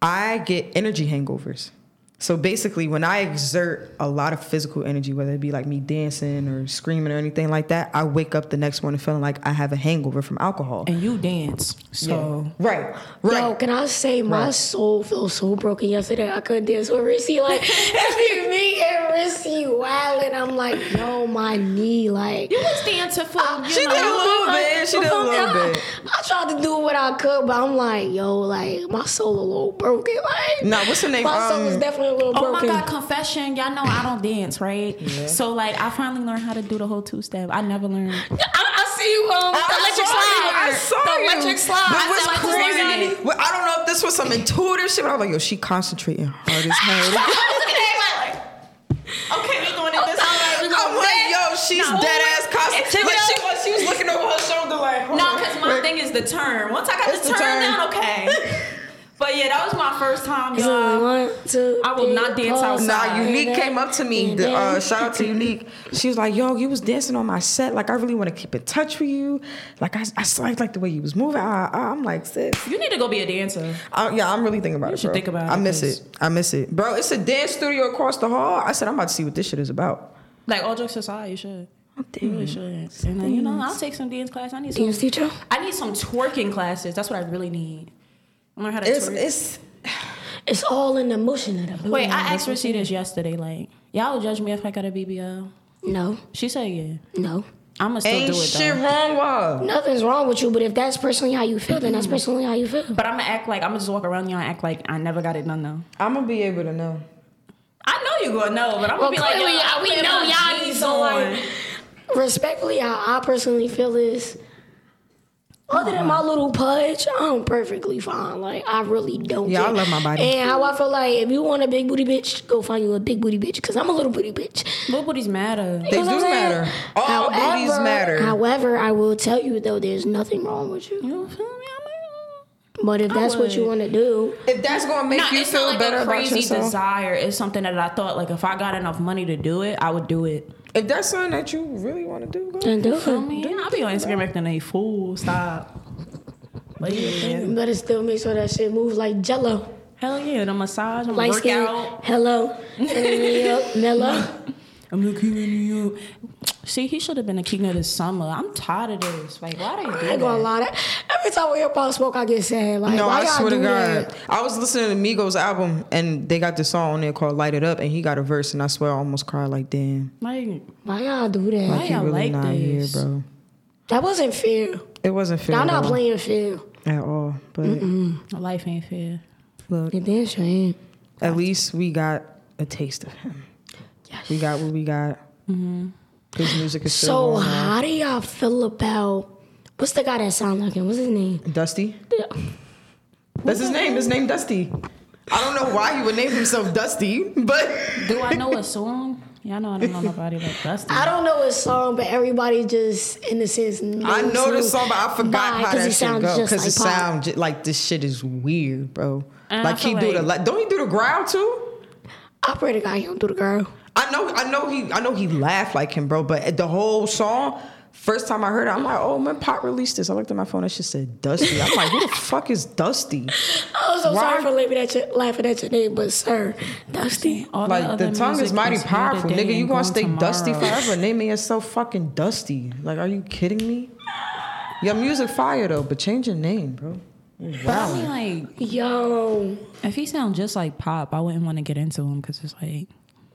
[SPEAKER 5] I get energy hangovers. So basically, when I exert a lot of physical energy, whether it be like me dancing or screaming or anything like that, I wake up the next morning feeling like I have a hangover from alcohol.
[SPEAKER 4] and you dance. So
[SPEAKER 5] Right, right.
[SPEAKER 6] Yo, can I say my
[SPEAKER 5] Right.
[SPEAKER 6] soul felt so broken yesterday? I couldn't dance with Rissy. Like, [laughs] it's me and Rissy wild, and I'm like, yo, my knee, like.
[SPEAKER 4] you was dancing for you
[SPEAKER 5] Ah, she
[SPEAKER 4] know,
[SPEAKER 5] did a little bit. She did a little
[SPEAKER 6] I,
[SPEAKER 5] bit.
[SPEAKER 6] I tried to do what I could, but I'm like, yo, like my soul a little broken. Like,
[SPEAKER 5] Nah, what's her name?
[SPEAKER 6] My soul
[SPEAKER 5] Um,
[SPEAKER 6] is definitely a a little
[SPEAKER 4] Oh my
[SPEAKER 6] broken.
[SPEAKER 4] god, confession! Y'all know I don't dance, right? So like, I finally learned how to do the whole two step. I never [laughs] learned.
[SPEAKER 6] I, I see you um, the electric slide. the electric slide.
[SPEAKER 5] But
[SPEAKER 6] I
[SPEAKER 5] what's
[SPEAKER 6] said, like, this nigga
[SPEAKER 5] crazy-
[SPEAKER 6] already-
[SPEAKER 5] well, I don't know if this was some intuitive shit, but I was like, yo, she concentrating hard as
[SPEAKER 6] [laughs]
[SPEAKER 5] hell.
[SPEAKER 6] I was looking at him like,
[SPEAKER 5] okay, we going at
[SPEAKER 6] this- I'm like,
[SPEAKER 5] I'm like, yo, she's
[SPEAKER 4] No.
[SPEAKER 5] dead ass concentrating.
[SPEAKER 4] If-
[SPEAKER 5] Like, she was, she was looking over her shoulder, like, hold
[SPEAKER 4] No,
[SPEAKER 5] on.
[SPEAKER 4] because my thing is the turn. Once I got
[SPEAKER 5] It's
[SPEAKER 4] the,
[SPEAKER 5] the
[SPEAKER 4] turn,
[SPEAKER 5] turn.
[SPEAKER 4] down, [laughs] okay. but yeah, that was my first time,
[SPEAKER 6] It's
[SPEAKER 4] y'all.
[SPEAKER 6] only one, two,
[SPEAKER 4] I will
[SPEAKER 6] three,
[SPEAKER 4] not dance
[SPEAKER 6] four,
[SPEAKER 4] outside.
[SPEAKER 5] Nah,
[SPEAKER 6] five,
[SPEAKER 5] Unique
[SPEAKER 6] eight,
[SPEAKER 5] came up to me.
[SPEAKER 6] eight,
[SPEAKER 5] The, uh,
[SPEAKER 6] eight.
[SPEAKER 5] shout out to Unique. She was like, "Yo, you was dancing on my set. Like, I really want to keep in touch with you. Like, I, I like like the way you was moving. I, I, I'm like, sis,
[SPEAKER 4] You need to go be a dancer.
[SPEAKER 5] I, yeah, I'm really thinking about it.
[SPEAKER 4] should
[SPEAKER 5] bro.
[SPEAKER 4] think about
[SPEAKER 5] I
[SPEAKER 4] it,
[SPEAKER 5] miss
[SPEAKER 4] 'cause-
[SPEAKER 5] it. I miss it, bro. It's a dance studio across the hall. I said, I'm about to see what this shit is about.
[SPEAKER 4] Like all jokes aside, you should.
[SPEAKER 5] Oh,
[SPEAKER 4] You
[SPEAKER 5] damn.
[SPEAKER 4] really should. And then, you know, I'll take some dance class. I need some.
[SPEAKER 6] Dance teacher?
[SPEAKER 4] I need some twerking classes. That's what I really need. Learn how to
[SPEAKER 5] It's
[SPEAKER 4] twerk.
[SPEAKER 5] it's
[SPEAKER 6] It's all in the motion of the movie.
[SPEAKER 4] Wait, I asked Rissy this yesterday. Like, y'all judge me if I got a BBL.
[SPEAKER 6] No,
[SPEAKER 4] She said, yeah.
[SPEAKER 6] no.
[SPEAKER 4] I'ma still
[SPEAKER 5] ain't
[SPEAKER 4] do it
[SPEAKER 5] shit
[SPEAKER 4] though.
[SPEAKER 5] wrong with.
[SPEAKER 6] Nothing's wrong with you, but if that's personally how you feel, then that's personally how you feel.
[SPEAKER 4] But I'ma act like I'ma just walk around y'all and act like I never got it done though.
[SPEAKER 5] I'm gonna be able to know.
[SPEAKER 4] I know you gonna know, but I'm gonna
[SPEAKER 6] Well,
[SPEAKER 4] be
[SPEAKER 6] clearly,
[SPEAKER 4] like,
[SPEAKER 6] y'all- we know y'all need some, like- Respectfully, how I personally feel is, other than my little pudge, I'm perfectly fine. Like, I really don't
[SPEAKER 5] Yeah, I
[SPEAKER 6] care.
[SPEAKER 5] love my body.
[SPEAKER 6] And how I feel like, if you want a big booty bitch, go find you a big booty bitch, because I'm a little booty bitch.
[SPEAKER 4] Little booties matter.
[SPEAKER 5] They
[SPEAKER 6] You
[SPEAKER 5] do
[SPEAKER 6] know what I'm saying?
[SPEAKER 5] matter. All booties matter.
[SPEAKER 6] However, I will tell you though, there's nothing wrong with you.
[SPEAKER 4] You feel me? I'm
[SPEAKER 6] But if that's what you
[SPEAKER 4] would.
[SPEAKER 6] want to do,
[SPEAKER 5] If that's gonna make
[SPEAKER 4] like, nah,
[SPEAKER 5] you
[SPEAKER 4] it's
[SPEAKER 5] feel
[SPEAKER 4] not like
[SPEAKER 5] better
[SPEAKER 4] a crazy
[SPEAKER 5] about yourself,
[SPEAKER 4] desire. It's something that I thought like if I got enough money to do it, I would do it.
[SPEAKER 5] if that's something that you really want to do, go.
[SPEAKER 6] then do
[SPEAKER 4] I
[SPEAKER 6] it.
[SPEAKER 4] mean, I'll be on Instagram acting a fool. Stop. But yeah,
[SPEAKER 6] You better still make sure that shit moves like Jello,
[SPEAKER 4] hell yeah, and a massage, I'm
[SPEAKER 6] light
[SPEAKER 4] like
[SPEAKER 6] skin.
[SPEAKER 4] workout.
[SPEAKER 6] Hello,
[SPEAKER 5] [laughs]
[SPEAKER 6] Yep, mellow.
[SPEAKER 4] I'm the king of New York. See, he should have been a king of the summer. I'm tired of this. Like, why they do
[SPEAKER 6] I ain't gonna
[SPEAKER 4] that?
[SPEAKER 6] lie. That, every time we hear about smoke, I get sad. Like,
[SPEAKER 5] No,
[SPEAKER 6] why
[SPEAKER 5] I
[SPEAKER 6] y'all
[SPEAKER 5] swear to
[SPEAKER 6] do
[SPEAKER 5] God.
[SPEAKER 6] that?
[SPEAKER 5] I was listening to Migos album and they got this song on there called Light It Up and he got a verse and I swear I almost cried like damn.
[SPEAKER 4] Like,
[SPEAKER 6] Why y'all do that?
[SPEAKER 4] Why
[SPEAKER 5] He
[SPEAKER 4] y'all
[SPEAKER 5] really
[SPEAKER 4] like
[SPEAKER 5] not
[SPEAKER 4] this?
[SPEAKER 5] here, bro.
[SPEAKER 6] That wasn't fair.
[SPEAKER 5] It wasn't fair
[SPEAKER 6] Y'all
[SPEAKER 5] at
[SPEAKER 6] not
[SPEAKER 5] all-
[SPEAKER 6] playing fair.
[SPEAKER 5] at all. But
[SPEAKER 4] Life ain't fair.
[SPEAKER 5] look,
[SPEAKER 6] It damn sure ain't.
[SPEAKER 5] at least we got a taste of him. We got what we got. His music is
[SPEAKER 6] Mm-hmm. So
[SPEAKER 5] still going on.
[SPEAKER 6] how do y'all feel about what's the guy that sound like him? What's his name?
[SPEAKER 5] Dusty. That's his name. His name Dusty. I don't know why he would name himself Dusty, but
[SPEAKER 4] Do I know a song? Y'all know I don't know nobody like Dusty.
[SPEAKER 6] [laughs] I don't know his song, but everybody just in a sense. Knows
[SPEAKER 5] I know
[SPEAKER 6] who-
[SPEAKER 5] the song, but I
[SPEAKER 6] Why?
[SPEAKER 5] forgot how
[SPEAKER 6] 'Cause he
[SPEAKER 5] that shit
[SPEAKER 6] sounds
[SPEAKER 5] go.
[SPEAKER 6] just
[SPEAKER 5] Because
[SPEAKER 6] like
[SPEAKER 5] it
[SPEAKER 6] Pac.
[SPEAKER 5] sound ju- like this shit is weird, bro.
[SPEAKER 4] And I
[SPEAKER 5] like he
[SPEAKER 4] feel
[SPEAKER 5] do the
[SPEAKER 4] like-
[SPEAKER 5] la- don't he do the growl too?
[SPEAKER 6] I pray to God he don't do the girl.
[SPEAKER 5] I know, I know he, I know he laughed like him, bro. But the whole song, first time I heard it, I'm like, oh man, Pop released this. I looked at my phone, that shit said Dusty. I'm like, who the fuck is Dusty?
[SPEAKER 6] I'm Oh, so
[SPEAKER 5] Why?
[SPEAKER 6] sorry for laughing at your, laughing at your name, but sir, Dusty.
[SPEAKER 4] All
[SPEAKER 5] Like the
[SPEAKER 4] other
[SPEAKER 5] tongue is
[SPEAKER 4] music
[SPEAKER 5] mighty
[SPEAKER 4] here
[SPEAKER 5] powerful,
[SPEAKER 4] today
[SPEAKER 5] nigga. You
[SPEAKER 4] and
[SPEAKER 5] gonna
[SPEAKER 4] gone
[SPEAKER 5] stay Dusty
[SPEAKER 4] tomorrow.
[SPEAKER 5] forever? Naming yourself fucking Dusty? Like, are you kidding me? Your music fire though, but change your name, bro.
[SPEAKER 4] But I mean, like,
[SPEAKER 6] Yo,
[SPEAKER 4] if he sound just like Pop, I wouldn't want to get into him because it's like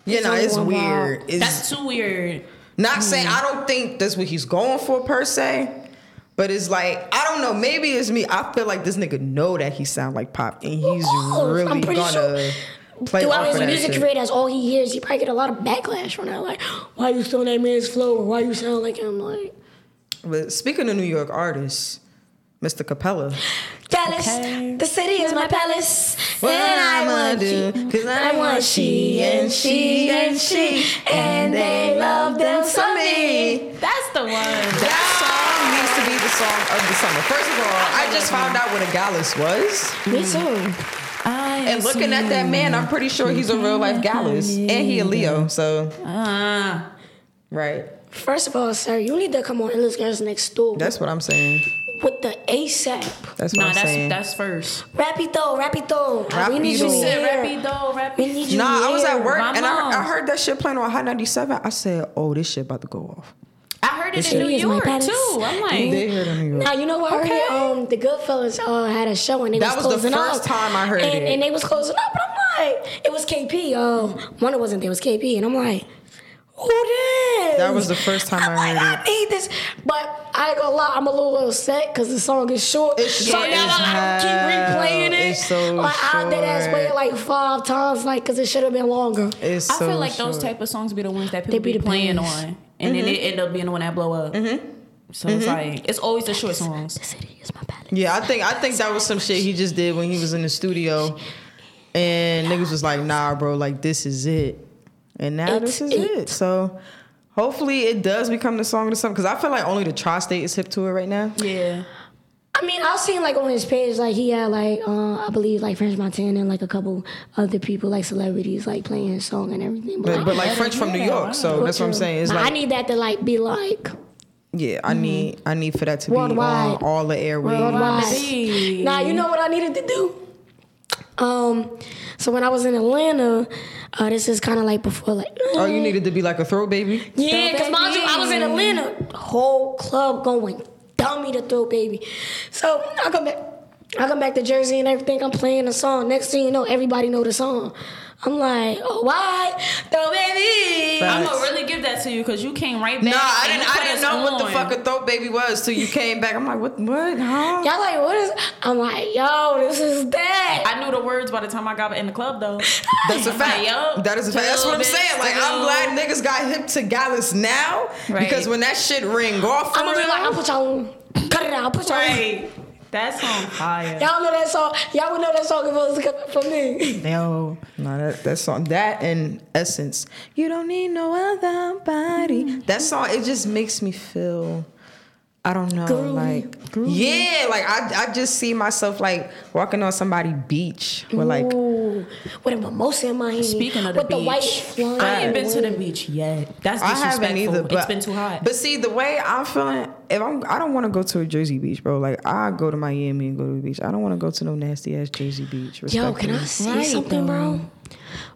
[SPEAKER 5] Yeah, nah, it's
[SPEAKER 6] Wow.
[SPEAKER 5] weird. It's,
[SPEAKER 4] that's too weird.
[SPEAKER 5] Not saying I don't think that's what he's going for per se, but it's like I don't know. Maybe it's me. I feel like this nigga know that he sound like Pop, and he's
[SPEAKER 6] Oh,
[SPEAKER 5] really
[SPEAKER 6] I'm pretty
[SPEAKER 5] gonna play
[SPEAKER 6] throughout
[SPEAKER 5] off
[SPEAKER 6] his
[SPEAKER 5] of that
[SPEAKER 6] music
[SPEAKER 5] shit.
[SPEAKER 6] career, that's all he hears. He probably get a lot of backlash from that. Like, why you still in that man's flow, or why you sound like him? Like,
[SPEAKER 5] But speaking of New York artists, Mr. Capella,
[SPEAKER 6] palace, the city is my palace,
[SPEAKER 5] What
[SPEAKER 6] and I
[SPEAKER 5] I'ma
[SPEAKER 6] want
[SPEAKER 5] do,
[SPEAKER 6] you.
[SPEAKER 5] 'cause I want she and she and she, and they love them some me.
[SPEAKER 4] That's the one.
[SPEAKER 5] That song needs to be the song of the summer. First of all, I just found out what a gallus was.
[SPEAKER 6] Me too.
[SPEAKER 4] I
[SPEAKER 5] And looking at that man, I'm pretty sure he's a real life Gallus. And he a Leo, so
[SPEAKER 4] Uh,
[SPEAKER 5] right.
[SPEAKER 6] First of all, sir, you need to come on Endless Girls Next Door
[SPEAKER 5] That's what I'm saying.
[SPEAKER 6] with the ASAP.
[SPEAKER 5] That's what
[SPEAKER 4] nah,
[SPEAKER 5] I'm
[SPEAKER 4] that's
[SPEAKER 5] saying.
[SPEAKER 4] that's first.
[SPEAKER 6] Rapido, rapido. We need you
[SPEAKER 5] Rapido.
[SPEAKER 6] here.
[SPEAKER 4] Rappy though, rappy.
[SPEAKER 6] We need you
[SPEAKER 5] Nah, I was at
[SPEAKER 6] here.
[SPEAKER 5] work
[SPEAKER 4] My
[SPEAKER 5] and
[SPEAKER 4] mom.
[SPEAKER 5] I, I heard that shit playing on Hot 97. I said, oh, this shit about to go off.
[SPEAKER 4] I heard it in
[SPEAKER 6] City
[SPEAKER 4] New
[SPEAKER 6] is my
[SPEAKER 4] York
[SPEAKER 6] palace.
[SPEAKER 4] too. I'm
[SPEAKER 5] They
[SPEAKER 4] like,
[SPEAKER 5] heard it in New York.
[SPEAKER 6] Now you know what? I
[SPEAKER 4] Okay.
[SPEAKER 6] heard um the Goodfellas uh, had a show and they
[SPEAKER 5] That
[SPEAKER 6] was
[SPEAKER 5] was the
[SPEAKER 6] closing
[SPEAKER 5] first
[SPEAKER 6] up.
[SPEAKER 5] time I heard
[SPEAKER 6] and,
[SPEAKER 5] it.
[SPEAKER 6] and they was closing up, but I'm like, it was KP. Um, one it wasn't. There was KP, and I'm like, who this?
[SPEAKER 5] That was the first time
[SPEAKER 6] I'm
[SPEAKER 5] I
[SPEAKER 6] like,
[SPEAKER 5] heard it.
[SPEAKER 6] I need this, but I ain't gonna lie, I'm a little upset because the song is short.
[SPEAKER 5] It's
[SPEAKER 6] so now
[SPEAKER 5] short
[SPEAKER 6] I
[SPEAKER 5] as
[SPEAKER 6] gotta
[SPEAKER 5] hell.
[SPEAKER 6] keep replaying it.
[SPEAKER 5] It's so
[SPEAKER 6] like I did ass
[SPEAKER 5] short.
[SPEAKER 6] play it like five times, like because it should have been longer.
[SPEAKER 5] It's
[SPEAKER 4] I
[SPEAKER 5] so
[SPEAKER 4] feel like those
[SPEAKER 5] short. Mm-hmm.
[SPEAKER 4] type of songs be the ones that
[SPEAKER 6] They
[SPEAKER 4] people
[SPEAKER 6] be
[SPEAKER 4] be,
[SPEAKER 6] the
[SPEAKER 4] playing
[SPEAKER 6] best.
[SPEAKER 4] on, and then it end up being the one that blow up. So it's like it's always the short songs.
[SPEAKER 6] The city is my palace.
[SPEAKER 5] Yeah, I think I think that was some shit he just did when he was in the studio, and niggas was like, "Nah, bro, like this is it," and now
[SPEAKER 6] It's
[SPEAKER 5] this is
[SPEAKER 6] it.
[SPEAKER 5] it. So hopefully it does become the song of the summer because I feel like only the tri-state is hip to it right now.
[SPEAKER 4] Yeah,
[SPEAKER 6] I mean, I've seen like on his page, like he had like uh, I believe like French Montana and like a couple other people, like celebrities, like playing his song and everything.
[SPEAKER 5] But, but like
[SPEAKER 4] Yeah,
[SPEAKER 5] French from New
[SPEAKER 4] yeah, wow.
[SPEAKER 5] York, so that's what I'm saying. It's
[SPEAKER 6] But I
[SPEAKER 5] like
[SPEAKER 6] need that to like be like
[SPEAKER 5] yeah, I need I need for that to be on
[SPEAKER 6] Mm-hmm. Worldwide.
[SPEAKER 5] all the airwaves.
[SPEAKER 6] worldwide.
[SPEAKER 4] see.
[SPEAKER 6] Now you know what I needed to do. Um, so when I was in Atlanta, uh, this is kind of like before like
[SPEAKER 5] Oh, you needed to be like a throat baby.
[SPEAKER 6] Yeah, because mind you, I was in Atlanta. Whole club going dummy to throw baby. So I come back. I come back to Jersey and everything. I'm playing the song. Next thing you know, everybody know the song. I'm like, oh, why? Throw baby.
[SPEAKER 5] Right.
[SPEAKER 4] I'm gonna really give that to you because you came right back.
[SPEAKER 5] Nah, I
[SPEAKER 4] and
[SPEAKER 5] didn't
[SPEAKER 4] you
[SPEAKER 5] I
[SPEAKER 4] put
[SPEAKER 5] didn't
[SPEAKER 4] us
[SPEAKER 5] know what the
[SPEAKER 4] on.
[SPEAKER 5] fuck a throat baby was till you came back. I'm like, what what? Huh?
[SPEAKER 6] Y'all like, what is? I'm like, yo, this is that.
[SPEAKER 4] I knew the words by the time I got in the club though.
[SPEAKER 6] [laughs]
[SPEAKER 5] That's a fact.
[SPEAKER 4] Yup.
[SPEAKER 5] That is a fact. That's what I'm
[SPEAKER 4] Two
[SPEAKER 5] saying. Like,
[SPEAKER 4] bits
[SPEAKER 5] I'm
[SPEAKER 4] to
[SPEAKER 5] glad niggas got hip to Gallus now
[SPEAKER 4] Right.
[SPEAKER 5] because when that shit ring off,
[SPEAKER 6] I'm gonna be
[SPEAKER 5] real,
[SPEAKER 6] like, I'll put y'all on. Cut it out. I'll put y'all on.
[SPEAKER 4] Right. That song fire.
[SPEAKER 6] Y'all know that song. Y'all would know that song if it was for me.
[SPEAKER 5] No, no, that, that song, that and Essence, you don't need no other body. That song, it just makes me feel, I don't know,
[SPEAKER 6] Groovy.
[SPEAKER 5] like, yeah, like I, I just see myself like walking on somebody beach with like,
[SPEAKER 6] Ooh, with a mimosa in my hand.
[SPEAKER 4] Speaking of the
[SPEAKER 6] with
[SPEAKER 4] beach,
[SPEAKER 6] the white flying.
[SPEAKER 4] I ain't been to the
[SPEAKER 6] away.
[SPEAKER 4] beach yet. That's
[SPEAKER 5] I
[SPEAKER 4] disrespectful.
[SPEAKER 5] haven't either. But,
[SPEAKER 4] it's been too hot.
[SPEAKER 5] But see, the way I'm feeling, if I'm, I don't want to go to a Jersey beach, bro. Like I go to Miami and go to the beach. I don't want to go to no nasty ass Jersey beach.
[SPEAKER 6] Yo, can I
[SPEAKER 5] respectfully.
[SPEAKER 6] say
[SPEAKER 4] Right,
[SPEAKER 6] something, bro?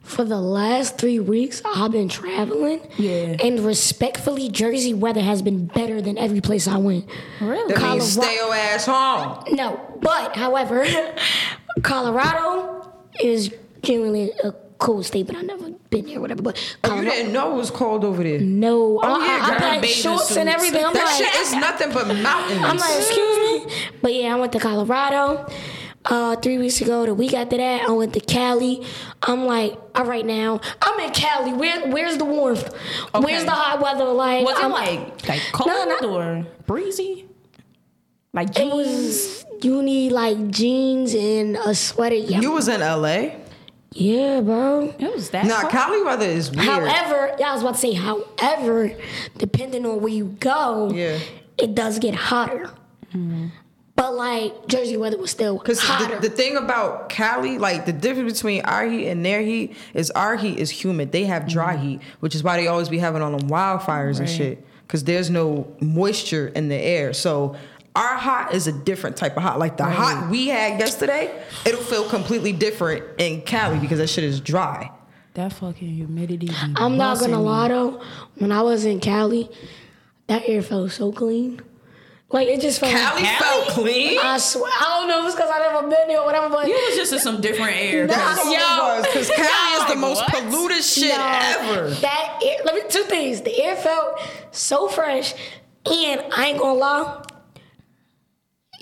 [SPEAKER 6] For the last three weeks, I've been traveling.
[SPEAKER 4] Yeah.
[SPEAKER 6] And respectfully, Jersey weather has been better than every place I went.
[SPEAKER 4] really?
[SPEAKER 5] That
[SPEAKER 6] Colorado.
[SPEAKER 5] means stay your ass home.
[SPEAKER 6] No, but
[SPEAKER 5] [laughs]
[SPEAKER 6] however, Colorado is genuinely a cool state, but I've never been there, whatever. But
[SPEAKER 5] Oh, you
[SPEAKER 6] Colorado,
[SPEAKER 5] didn't Oh, know it was cold over there.
[SPEAKER 6] no, I,
[SPEAKER 5] yeah,
[SPEAKER 6] I, I
[SPEAKER 5] girl,
[SPEAKER 6] packed
[SPEAKER 4] bathing
[SPEAKER 6] shorts and
[SPEAKER 4] suits.
[SPEAKER 6] everything. I'm
[SPEAKER 5] that
[SPEAKER 6] like,
[SPEAKER 5] shit is nothing but mountains.
[SPEAKER 6] I'm like, excuse me. But yeah, I went to Colorado uh, three weeks ago. The week after that, I went to Cali. I'm like, all right now, I'm in Cali. Where, where's the warmth? Where's the hot weather? Like,
[SPEAKER 4] Was it
[SPEAKER 6] I'm
[SPEAKER 4] like like cold
[SPEAKER 6] No, not-
[SPEAKER 4] or breezy? Like
[SPEAKER 6] It
[SPEAKER 4] jeans?
[SPEAKER 6] was you need like jeans and a sweater. Yeah,
[SPEAKER 5] you was in LA.
[SPEAKER 6] yeah, bro.
[SPEAKER 4] It was that.
[SPEAKER 5] Nah,
[SPEAKER 4] cold?
[SPEAKER 5] Cali weather is weird.
[SPEAKER 6] However, yeah, I was about to say, however, depending on where you go,
[SPEAKER 5] Yeah. Mm-hmm.
[SPEAKER 6] it does get hotter. But like Jersey weather was still
[SPEAKER 5] Because
[SPEAKER 6] hotter.
[SPEAKER 5] the, the thing about Cali, like the difference between our heat and their heat is our heat is humid. They have dry heat, which is why they always be having all them wildfires and shit. Because there's no moisture in the air. So our hot is a different type of hot. Like the hot we had yesterday, it'll feel completely different in Cali because that shit is dry.
[SPEAKER 4] that fucking humidity. be
[SPEAKER 6] I'm not
[SPEAKER 4] busting
[SPEAKER 6] gonna
[SPEAKER 4] me.
[SPEAKER 6] lie though, when I was in Cali, that air felt so clean. Like it just felt.
[SPEAKER 5] Cali, felt clean.
[SPEAKER 6] I swear, I don't know if it's because I never been there or whatever, but
[SPEAKER 4] You was just in some different air. [laughs]
[SPEAKER 5] That's all it was. Because Cali is the
[SPEAKER 4] Like,
[SPEAKER 5] most
[SPEAKER 4] what?
[SPEAKER 5] polluted shit
[SPEAKER 6] No,
[SPEAKER 5] ever.
[SPEAKER 6] That air, let me two things. The air felt so fresh, and I ain't gonna lie.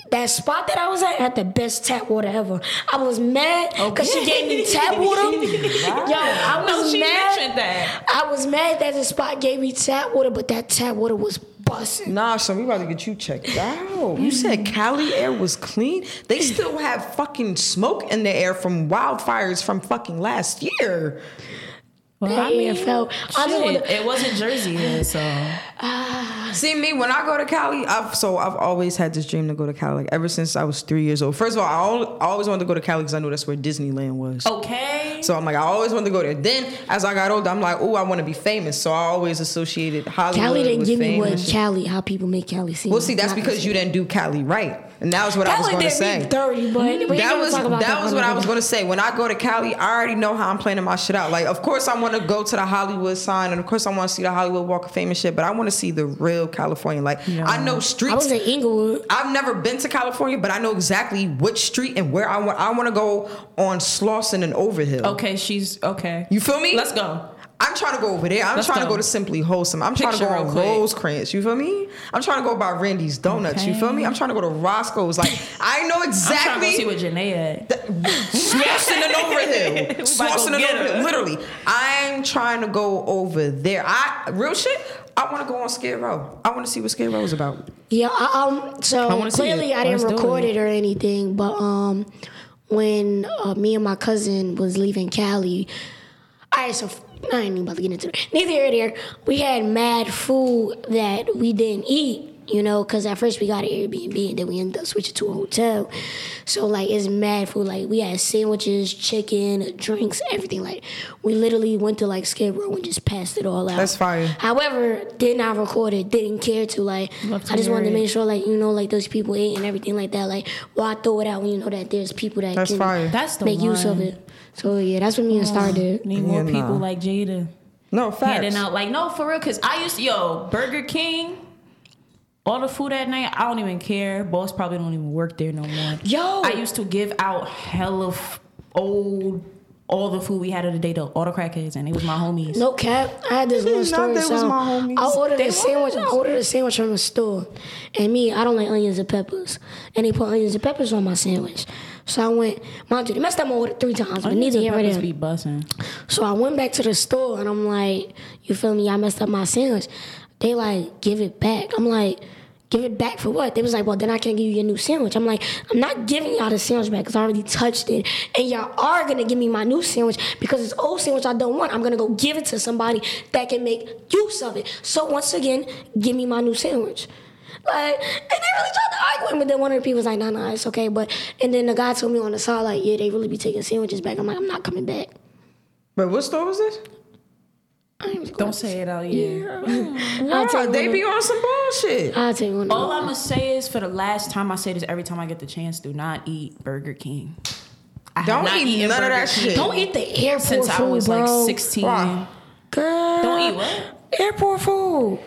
[SPEAKER 6] That spot that I was at had the best tap water ever. I was mad because she gave me tap water.
[SPEAKER 4] [laughs]
[SPEAKER 6] Yo, I
[SPEAKER 4] No,
[SPEAKER 6] was
[SPEAKER 4] she
[SPEAKER 6] mad.
[SPEAKER 4] mentioned that.
[SPEAKER 6] I was mad that the spot gave me tap water, but that tap water was busting.
[SPEAKER 5] Nah, son, we about to get you checked out. You said Cali air was clean. They still have fucking smoke in the air from wildfires from fucking last year.
[SPEAKER 4] Well,
[SPEAKER 6] That air felt. I just
[SPEAKER 4] shit,
[SPEAKER 6] wanna-
[SPEAKER 4] it wasn't Jersey then, so
[SPEAKER 5] See me when I go to Cali. I've so I've always had this dream to go to Cali. Like ever since I was three years old. First of all, I, al- I always wanted to go to Cali because I knew that's where Disneyland was.
[SPEAKER 6] Oh.
[SPEAKER 4] okay.
[SPEAKER 5] So I'm like, I always wanted to go there. Then as I got older, I'm like, oh, I want to be famous. So I always associated Hollywood
[SPEAKER 6] Cali didn't
[SPEAKER 5] with
[SPEAKER 6] give
[SPEAKER 5] fame
[SPEAKER 6] me
[SPEAKER 5] and
[SPEAKER 6] what
[SPEAKER 5] shit.
[SPEAKER 6] Cali, how people make Cali seem.
[SPEAKER 5] Well, see, that's
[SPEAKER 6] Not-
[SPEAKER 5] because you didn't do Cali right, and that was what I was
[SPEAKER 6] Cali
[SPEAKER 5] going to
[SPEAKER 6] did
[SPEAKER 5] say.
[SPEAKER 6] me dirty, but we ain't
[SPEAKER 5] that
[SPEAKER 6] gonna
[SPEAKER 5] was
[SPEAKER 6] talk about
[SPEAKER 5] that was what I was
[SPEAKER 6] right
[SPEAKER 5] gonna say. When I go to Cali, I already know how I'm planning my shit out. Like, of course, I want to go to the Hollywood sign, and of course, I want to see the Hollywood Walk of Fame and shit. But I want to see the real California. Like, I know
[SPEAKER 6] now. I was
[SPEAKER 5] streets.
[SPEAKER 6] in Inglewood.
[SPEAKER 5] I've never been to California, but I know exactly which street and where I want. I want to go on Slauson and Overhill.
[SPEAKER 4] Okay, she's okay.
[SPEAKER 5] You feel me?
[SPEAKER 4] Let's go.
[SPEAKER 5] I'm trying to go over there. I'm
[SPEAKER 2] Let's
[SPEAKER 5] trying to
[SPEAKER 2] go.
[SPEAKER 5] go to Simply Wholesome. I'm trying
[SPEAKER 2] Picture
[SPEAKER 5] to go
[SPEAKER 2] real
[SPEAKER 5] on
[SPEAKER 2] quick.
[SPEAKER 5] Rosecrans. You feel me? I'm trying to go by Randy's Donuts. You feel me? I'm trying to go to Roscoe's. Like I know
[SPEAKER 4] I'm trying to go see
[SPEAKER 5] exactly.
[SPEAKER 4] what Janae at.
[SPEAKER 5] Swassing
[SPEAKER 4] [laughs]
[SPEAKER 5] it over
[SPEAKER 2] We
[SPEAKER 5] here.
[SPEAKER 2] about
[SPEAKER 5] Swassing
[SPEAKER 2] to
[SPEAKER 5] it
[SPEAKER 2] get
[SPEAKER 5] over
[SPEAKER 2] her.
[SPEAKER 5] here. Literally, I'm trying to go over there. I real shit. I want to go on Skid Row. I want to see what Skid Row is about.
[SPEAKER 6] Yeah, I, um, so
[SPEAKER 2] I wanna see
[SPEAKER 6] clearly
[SPEAKER 2] it.
[SPEAKER 6] I didn't
[SPEAKER 2] Let's do
[SPEAKER 6] record
[SPEAKER 2] it.
[SPEAKER 6] it. or anything, but um, when uh, me and my cousin was leaving Cali, all right, so f- I ain't even about to get into that. [laughs] Neither here nor there. We had mad food that we didn't eat, you know, because at first we got an Airbnb and then we ended up switching to a hotel. So, like, it's mad food. Like, we had sandwiches, chicken, drinks, everything. Like, we literally went to, like, Skid Row and just passed it all out.
[SPEAKER 5] That's fire.
[SPEAKER 6] However, did not record it, didn't care to. Like,
[SPEAKER 2] Love to
[SPEAKER 6] I just
[SPEAKER 2] hear
[SPEAKER 6] wanted to
[SPEAKER 2] it.
[SPEAKER 6] make sure, like, you know, like, those people ate and everything like that. Like, why throw it out when you know that there's people that
[SPEAKER 5] That's
[SPEAKER 6] can
[SPEAKER 5] fire. Oh.
[SPEAKER 4] That's the
[SPEAKER 6] make use of
[SPEAKER 4] one.
[SPEAKER 6] it? So, yeah, that's what me and Star did.
[SPEAKER 4] Need more
[SPEAKER 5] Yeah,
[SPEAKER 4] people
[SPEAKER 5] nah.
[SPEAKER 4] like Jada
[SPEAKER 5] No facts.
[SPEAKER 4] handing out like no for real. Cause I used to yo Burger King. All the food at night, I don't even care. Boss probably don't even work there no more.
[SPEAKER 6] Yo.
[SPEAKER 4] I used to give out hella f- old all the food we had of the day to all the crackheads, and it was my homies.
[SPEAKER 6] No cap. I had this
[SPEAKER 5] [laughs] Not
[SPEAKER 6] one story.
[SPEAKER 5] they was
[SPEAKER 6] so
[SPEAKER 5] my homies.
[SPEAKER 6] I ordered
[SPEAKER 4] They
[SPEAKER 6] a sandwich. I
[SPEAKER 4] was.
[SPEAKER 6] ordered a sandwich from the store, and me, I don't like onions and peppers, and they put onions and peppers on my sandwich. So I went, mind you, they messed up my order three times, but neither here nor
[SPEAKER 4] Peppers
[SPEAKER 6] there.
[SPEAKER 4] be bussing.
[SPEAKER 6] So I went back to the store, and I'm like, you feel me? I messed up my sandwich. They like give it back. I'm like. Give it back for what? They was like, well, then I can't give you your new sandwich. I'm like, I'm not giving y'all the sandwich back because I already touched it. And y'all are going to give me my new sandwich because this old sandwich I don't want. I'm going to go give it to somebody that can make use of it. So once again, give me my new sandwich. Like, and they really tried to argue with me, but then one of the people was like, nah, nah, it's okay. But, and then the guy told me on the side, like, yeah, they really be taking sandwiches back. I'm like, I'm not coming back.
[SPEAKER 5] But what store was this?
[SPEAKER 4] Don't say it out here.
[SPEAKER 6] I'll
[SPEAKER 5] Nah,
[SPEAKER 6] tell you
[SPEAKER 5] they
[SPEAKER 6] one
[SPEAKER 5] be on some bullshit.
[SPEAKER 6] I'll tell you one.
[SPEAKER 4] All I'm gonna say is, for the last time, I say this every time I get the chance: do not eat Burger King. I have
[SPEAKER 5] Don't
[SPEAKER 4] not
[SPEAKER 5] eat
[SPEAKER 4] eaten
[SPEAKER 5] none of
[SPEAKER 4] Burger
[SPEAKER 5] that
[SPEAKER 4] King
[SPEAKER 5] shit.
[SPEAKER 6] don't eat the airport
[SPEAKER 4] Since
[SPEAKER 6] food,
[SPEAKER 4] I was
[SPEAKER 6] bro.
[SPEAKER 4] like 16,
[SPEAKER 5] Why?
[SPEAKER 6] Girl,
[SPEAKER 4] Don't eat what?
[SPEAKER 6] airport food.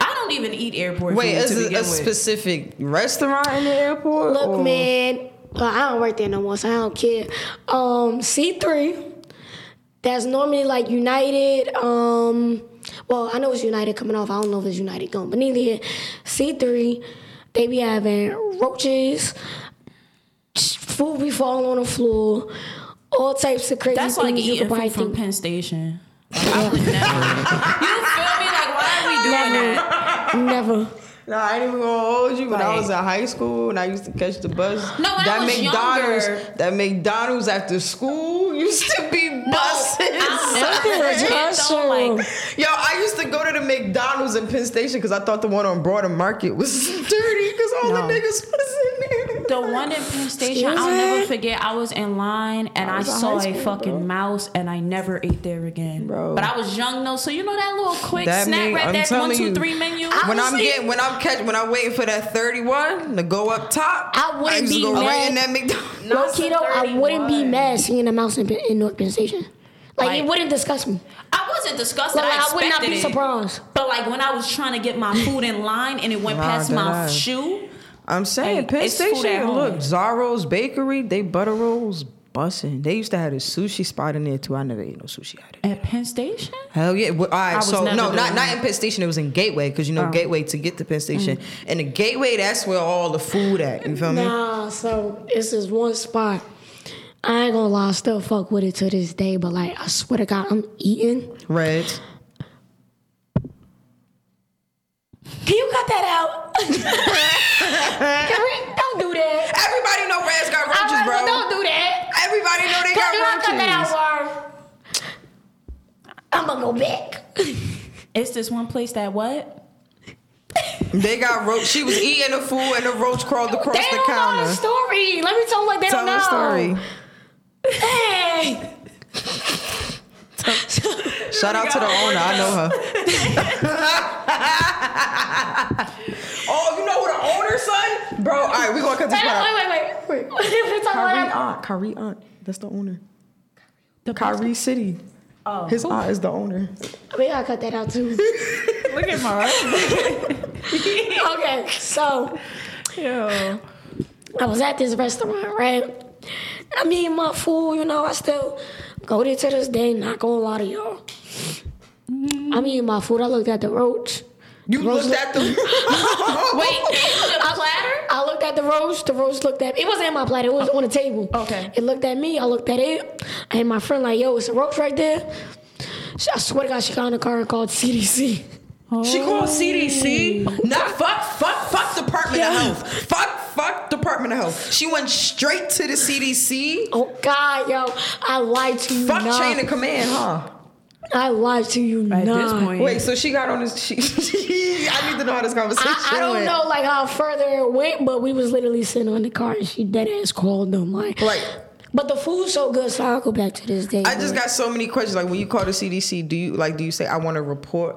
[SPEAKER 4] I don't even eat airport
[SPEAKER 5] Wait,
[SPEAKER 4] food
[SPEAKER 5] is
[SPEAKER 4] to
[SPEAKER 5] it
[SPEAKER 4] begin
[SPEAKER 5] a
[SPEAKER 4] with.
[SPEAKER 5] specific restaurant in the airport?
[SPEAKER 6] Look,
[SPEAKER 5] or-
[SPEAKER 6] man, well, I don't work there no more, so I don't care. Um, C three. That's normally like United. Um, well, I know it's United coming off. I don't know if it's United going, but neither here. C three, they be having roaches. Food be falling on the floor. All types of crazy
[SPEAKER 4] That's like
[SPEAKER 6] things you
[SPEAKER 4] eating
[SPEAKER 6] could probably
[SPEAKER 4] food from
[SPEAKER 6] think.
[SPEAKER 4] Penn Station. I would never. you feel me? Like, why are we doing that?
[SPEAKER 6] Never.
[SPEAKER 5] Nah, I ain't even gonna hold you. When I was in
[SPEAKER 4] Like-
[SPEAKER 5] high school and I used to catch the bus,
[SPEAKER 4] No, when I
[SPEAKER 5] that
[SPEAKER 4] was
[SPEAKER 5] McDonald's,
[SPEAKER 4] younger-
[SPEAKER 5] that McDonald's after school [laughs] used to be buses. [laughs]
[SPEAKER 6] [laughs] Look at
[SPEAKER 4] though,
[SPEAKER 6] Joshua.
[SPEAKER 4] like-
[SPEAKER 5] Yo, I used to go to the McDonald's in Penn Station because I thought the one on Broader Market was [laughs] dirty because all
[SPEAKER 4] No.
[SPEAKER 5] the niggas was in there.
[SPEAKER 4] The one in Penn Station,
[SPEAKER 6] Excuse
[SPEAKER 4] I'll never
[SPEAKER 6] me?
[SPEAKER 4] forget. I was in line and I,
[SPEAKER 5] was in
[SPEAKER 4] saw
[SPEAKER 5] high
[SPEAKER 4] a
[SPEAKER 5] school,
[SPEAKER 4] fucking
[SPEAKER 5] bro.
[SPEAKER 4] mouse, and I never ate there again.
[SPEAKER 5] Bro.
[SPEAKER 4] But I was young though, so you know that little quick
[SPEAKER 5] That
[SPEAKER 4] snack
[SPEAKER 5] menu-
[SPEAKER 4] right
[SPEAKER 5] I'm
[SPEAKER 4] there,
[SPEAKER 5] telling
[SPEAKER 4] one, two,
[SPEAKER 5] you.
[SPEAKER 4] three menu.
[SPEAKER 5] when I'm
[SPEAKER 4] Honestly,
[SPEAKER 5] getting, when I'm catching, when I'm waiting for that 31 to go up top,
[SPEAKER 6] I wouldn't
[SPEAKER 5] used
[SPEAKER 6] be
[SPEAKER 5] to go right
[SPEAKER 6] mad.
[SPEAKER 5] in that McDonald's.
[SPEAKER 6] Low key though, I wouldn't be
[SPEAKER 4] 31.
[SPEAKER 6] mad seeing a mouse in, in North Penn Station. Like, it
[SPEAKER 4] Like-
[SPEAKER 6] wouldn't disgust me.
[SPEAKER 4] I wasn't disgusted.
[SPEAKER 6] Like, I,
[SPEAKER 4] I,
[SPEAKER 6] would not be
[SPEAKER 4] expected it.
[SPEAKER 6] surprised.
[SPEAKER 4] But like when I was trying to get my food in line and it went
[SPEAKER 5] Nah,
[SPEAKER 4] past my
[SPEAKER 5] dog.
[SPEAKER 4] shoe,
[SPEAKER 5] I'm saying
[SPEAKER 4] Hey,
[SPEAKER 5] Penn
[SPEAKER 4] it's food at
[SPEAKER 5] Station.
[SPEAKER 4] home.
[SPEAKER 5] Look, Zaro's Bakery, they butter rolls bussin'. They used to have a sushi spot in there too. I never ate no sushi out of there.
[SPEAKER 4] at Penn Station.
[SPEAKER 5] Hell yeah! Well, all right,
[SPEAKER 4] was
[SPEAKER 5] so
[SPEAKER 4] never
[SPEAKER 5] no,
[SPEAKER 4] doing
[SPEAKER 5] not not
[SPEAKER 4] that.
[SPEAKER 5] in Penn Station. It was in Gateway because you know
[SPEAKER 6] Oh.
[SPEAKER 5] Gateway to get to Penn Station, and the Gateway that's where all the food at. You feel me?
[SPEAKER 6] Mm. Nah, so it's this one spot. I ain't gonna lie, I still fuck with it to this day, but like, I swear to God, I'm eating.
[SPEAKER 5] Reds.
[SPEAKER 6] Can you cut that out? [laughs] Can we- don't do that.
[SPEAKER 5] Everybody know Reds got roaches,
[SPEAKER 6] Alright, well,
[SPEAKER 5] bro.
[SPEAKER 6] Don't do that.
[SPEAKER 5] Everybody know they
[SPEAKER 6] Can you
[SPEAKER 5] got
[SPEAKER 6] not
[SPEAKER 5] roaches.
[SPEAKER 6] cut that out, Warren? I'm gonna go back.
[SPEAKER 4] It's this one place that what?
[SPEAKER 5] They got roach. She was eating the food, and the roach crawled across
[SPEAKER 6] they
[SPEAKER 5] the
[SPEAKER 6] don't know the
[SPEAKER 5] counter.
[SPEAKER 6] story. Let me tell them like they
[SPEAKER 5] Tell
[SPEAKER 6] don't know.
[SPEAKER 5] the story.
[SPEAKER 6] Hey.
[SPEAKER 5] [laughs] Shout out to the owner. I know her. [laughs] oh, you know who the owner, son? Bro, all right, we gonna cut this
[SPEAKER 6] Wait,
[SPEAKER 5] part out.
[SPEAKER 6] wait, wait, wait. [laughs] What did we talk
[SPEAKER 5] Kyrie
[SPEAKER 6] about? that?
[SPEAKER 5] aunt. Kyrie aunt. That's the owner. The Kyrie City. Oh. His aunt is the owner.
[SPEAKER 6] We gotta cut that out too. [laughs]
[SPEAKER 4] Look at my
[SPEAKER 6] okay, so I was at this restaurant, right? I mean, my food, you know, I still Go there to this day, not gonna lie to y'all. I'm eating my food. I looked at the roach.
[SPEAKER 5] You looked at the
[SPEAKER 6] [laughs] Wait, the platter? I looked at the roast. The roast looked at me. It wasn't in my platter. It was on the table.
[SPEAKER 4] Okay.
[SPEAKER 6] It looked at me. I looked at it. And my friend like, yo, it's a roast right there. She- I swear to God, she got in the car and called CDC.
[SPEAKER 5] She called CDC. Not fuck, fuck, fuck Department
[SPEAKER 6] Yeah.
[SPEAKER 5] of Health. Fuck, fuck Department of Health. She went straight to the CDC.
[SPEAKER 6] Oh God, yo, I lied to you.
[SPEAKER 5] Fuck
[SPEAKER 6] nah.
[SPEAKER 5] chain of command, huh?
[SPEAKER 6] I lied to you.
[SPEAKER 4] At
[SPEAKER 6] nah.
[SPEAKER 4] this point,
[SPEAKER 5] Wait, so she got on this. She, [laughs] I need to know how this conversation
[SPEAKER 6] I, I don't
[SPEAKER 5] went.
[SPEAKER 6] know like how further it went, but we was literally sitting on the car and she dead ass called them like.
[SPEAKER 5] Like-
[SPEAKER 6] But the food's so good, so I'll go back to this day.
[SPEAKER 5] I just
[SPEAKER 6] but-
[SPEAKER 5] got so many questions. Like when you call the CDC, do you like do you say I want to report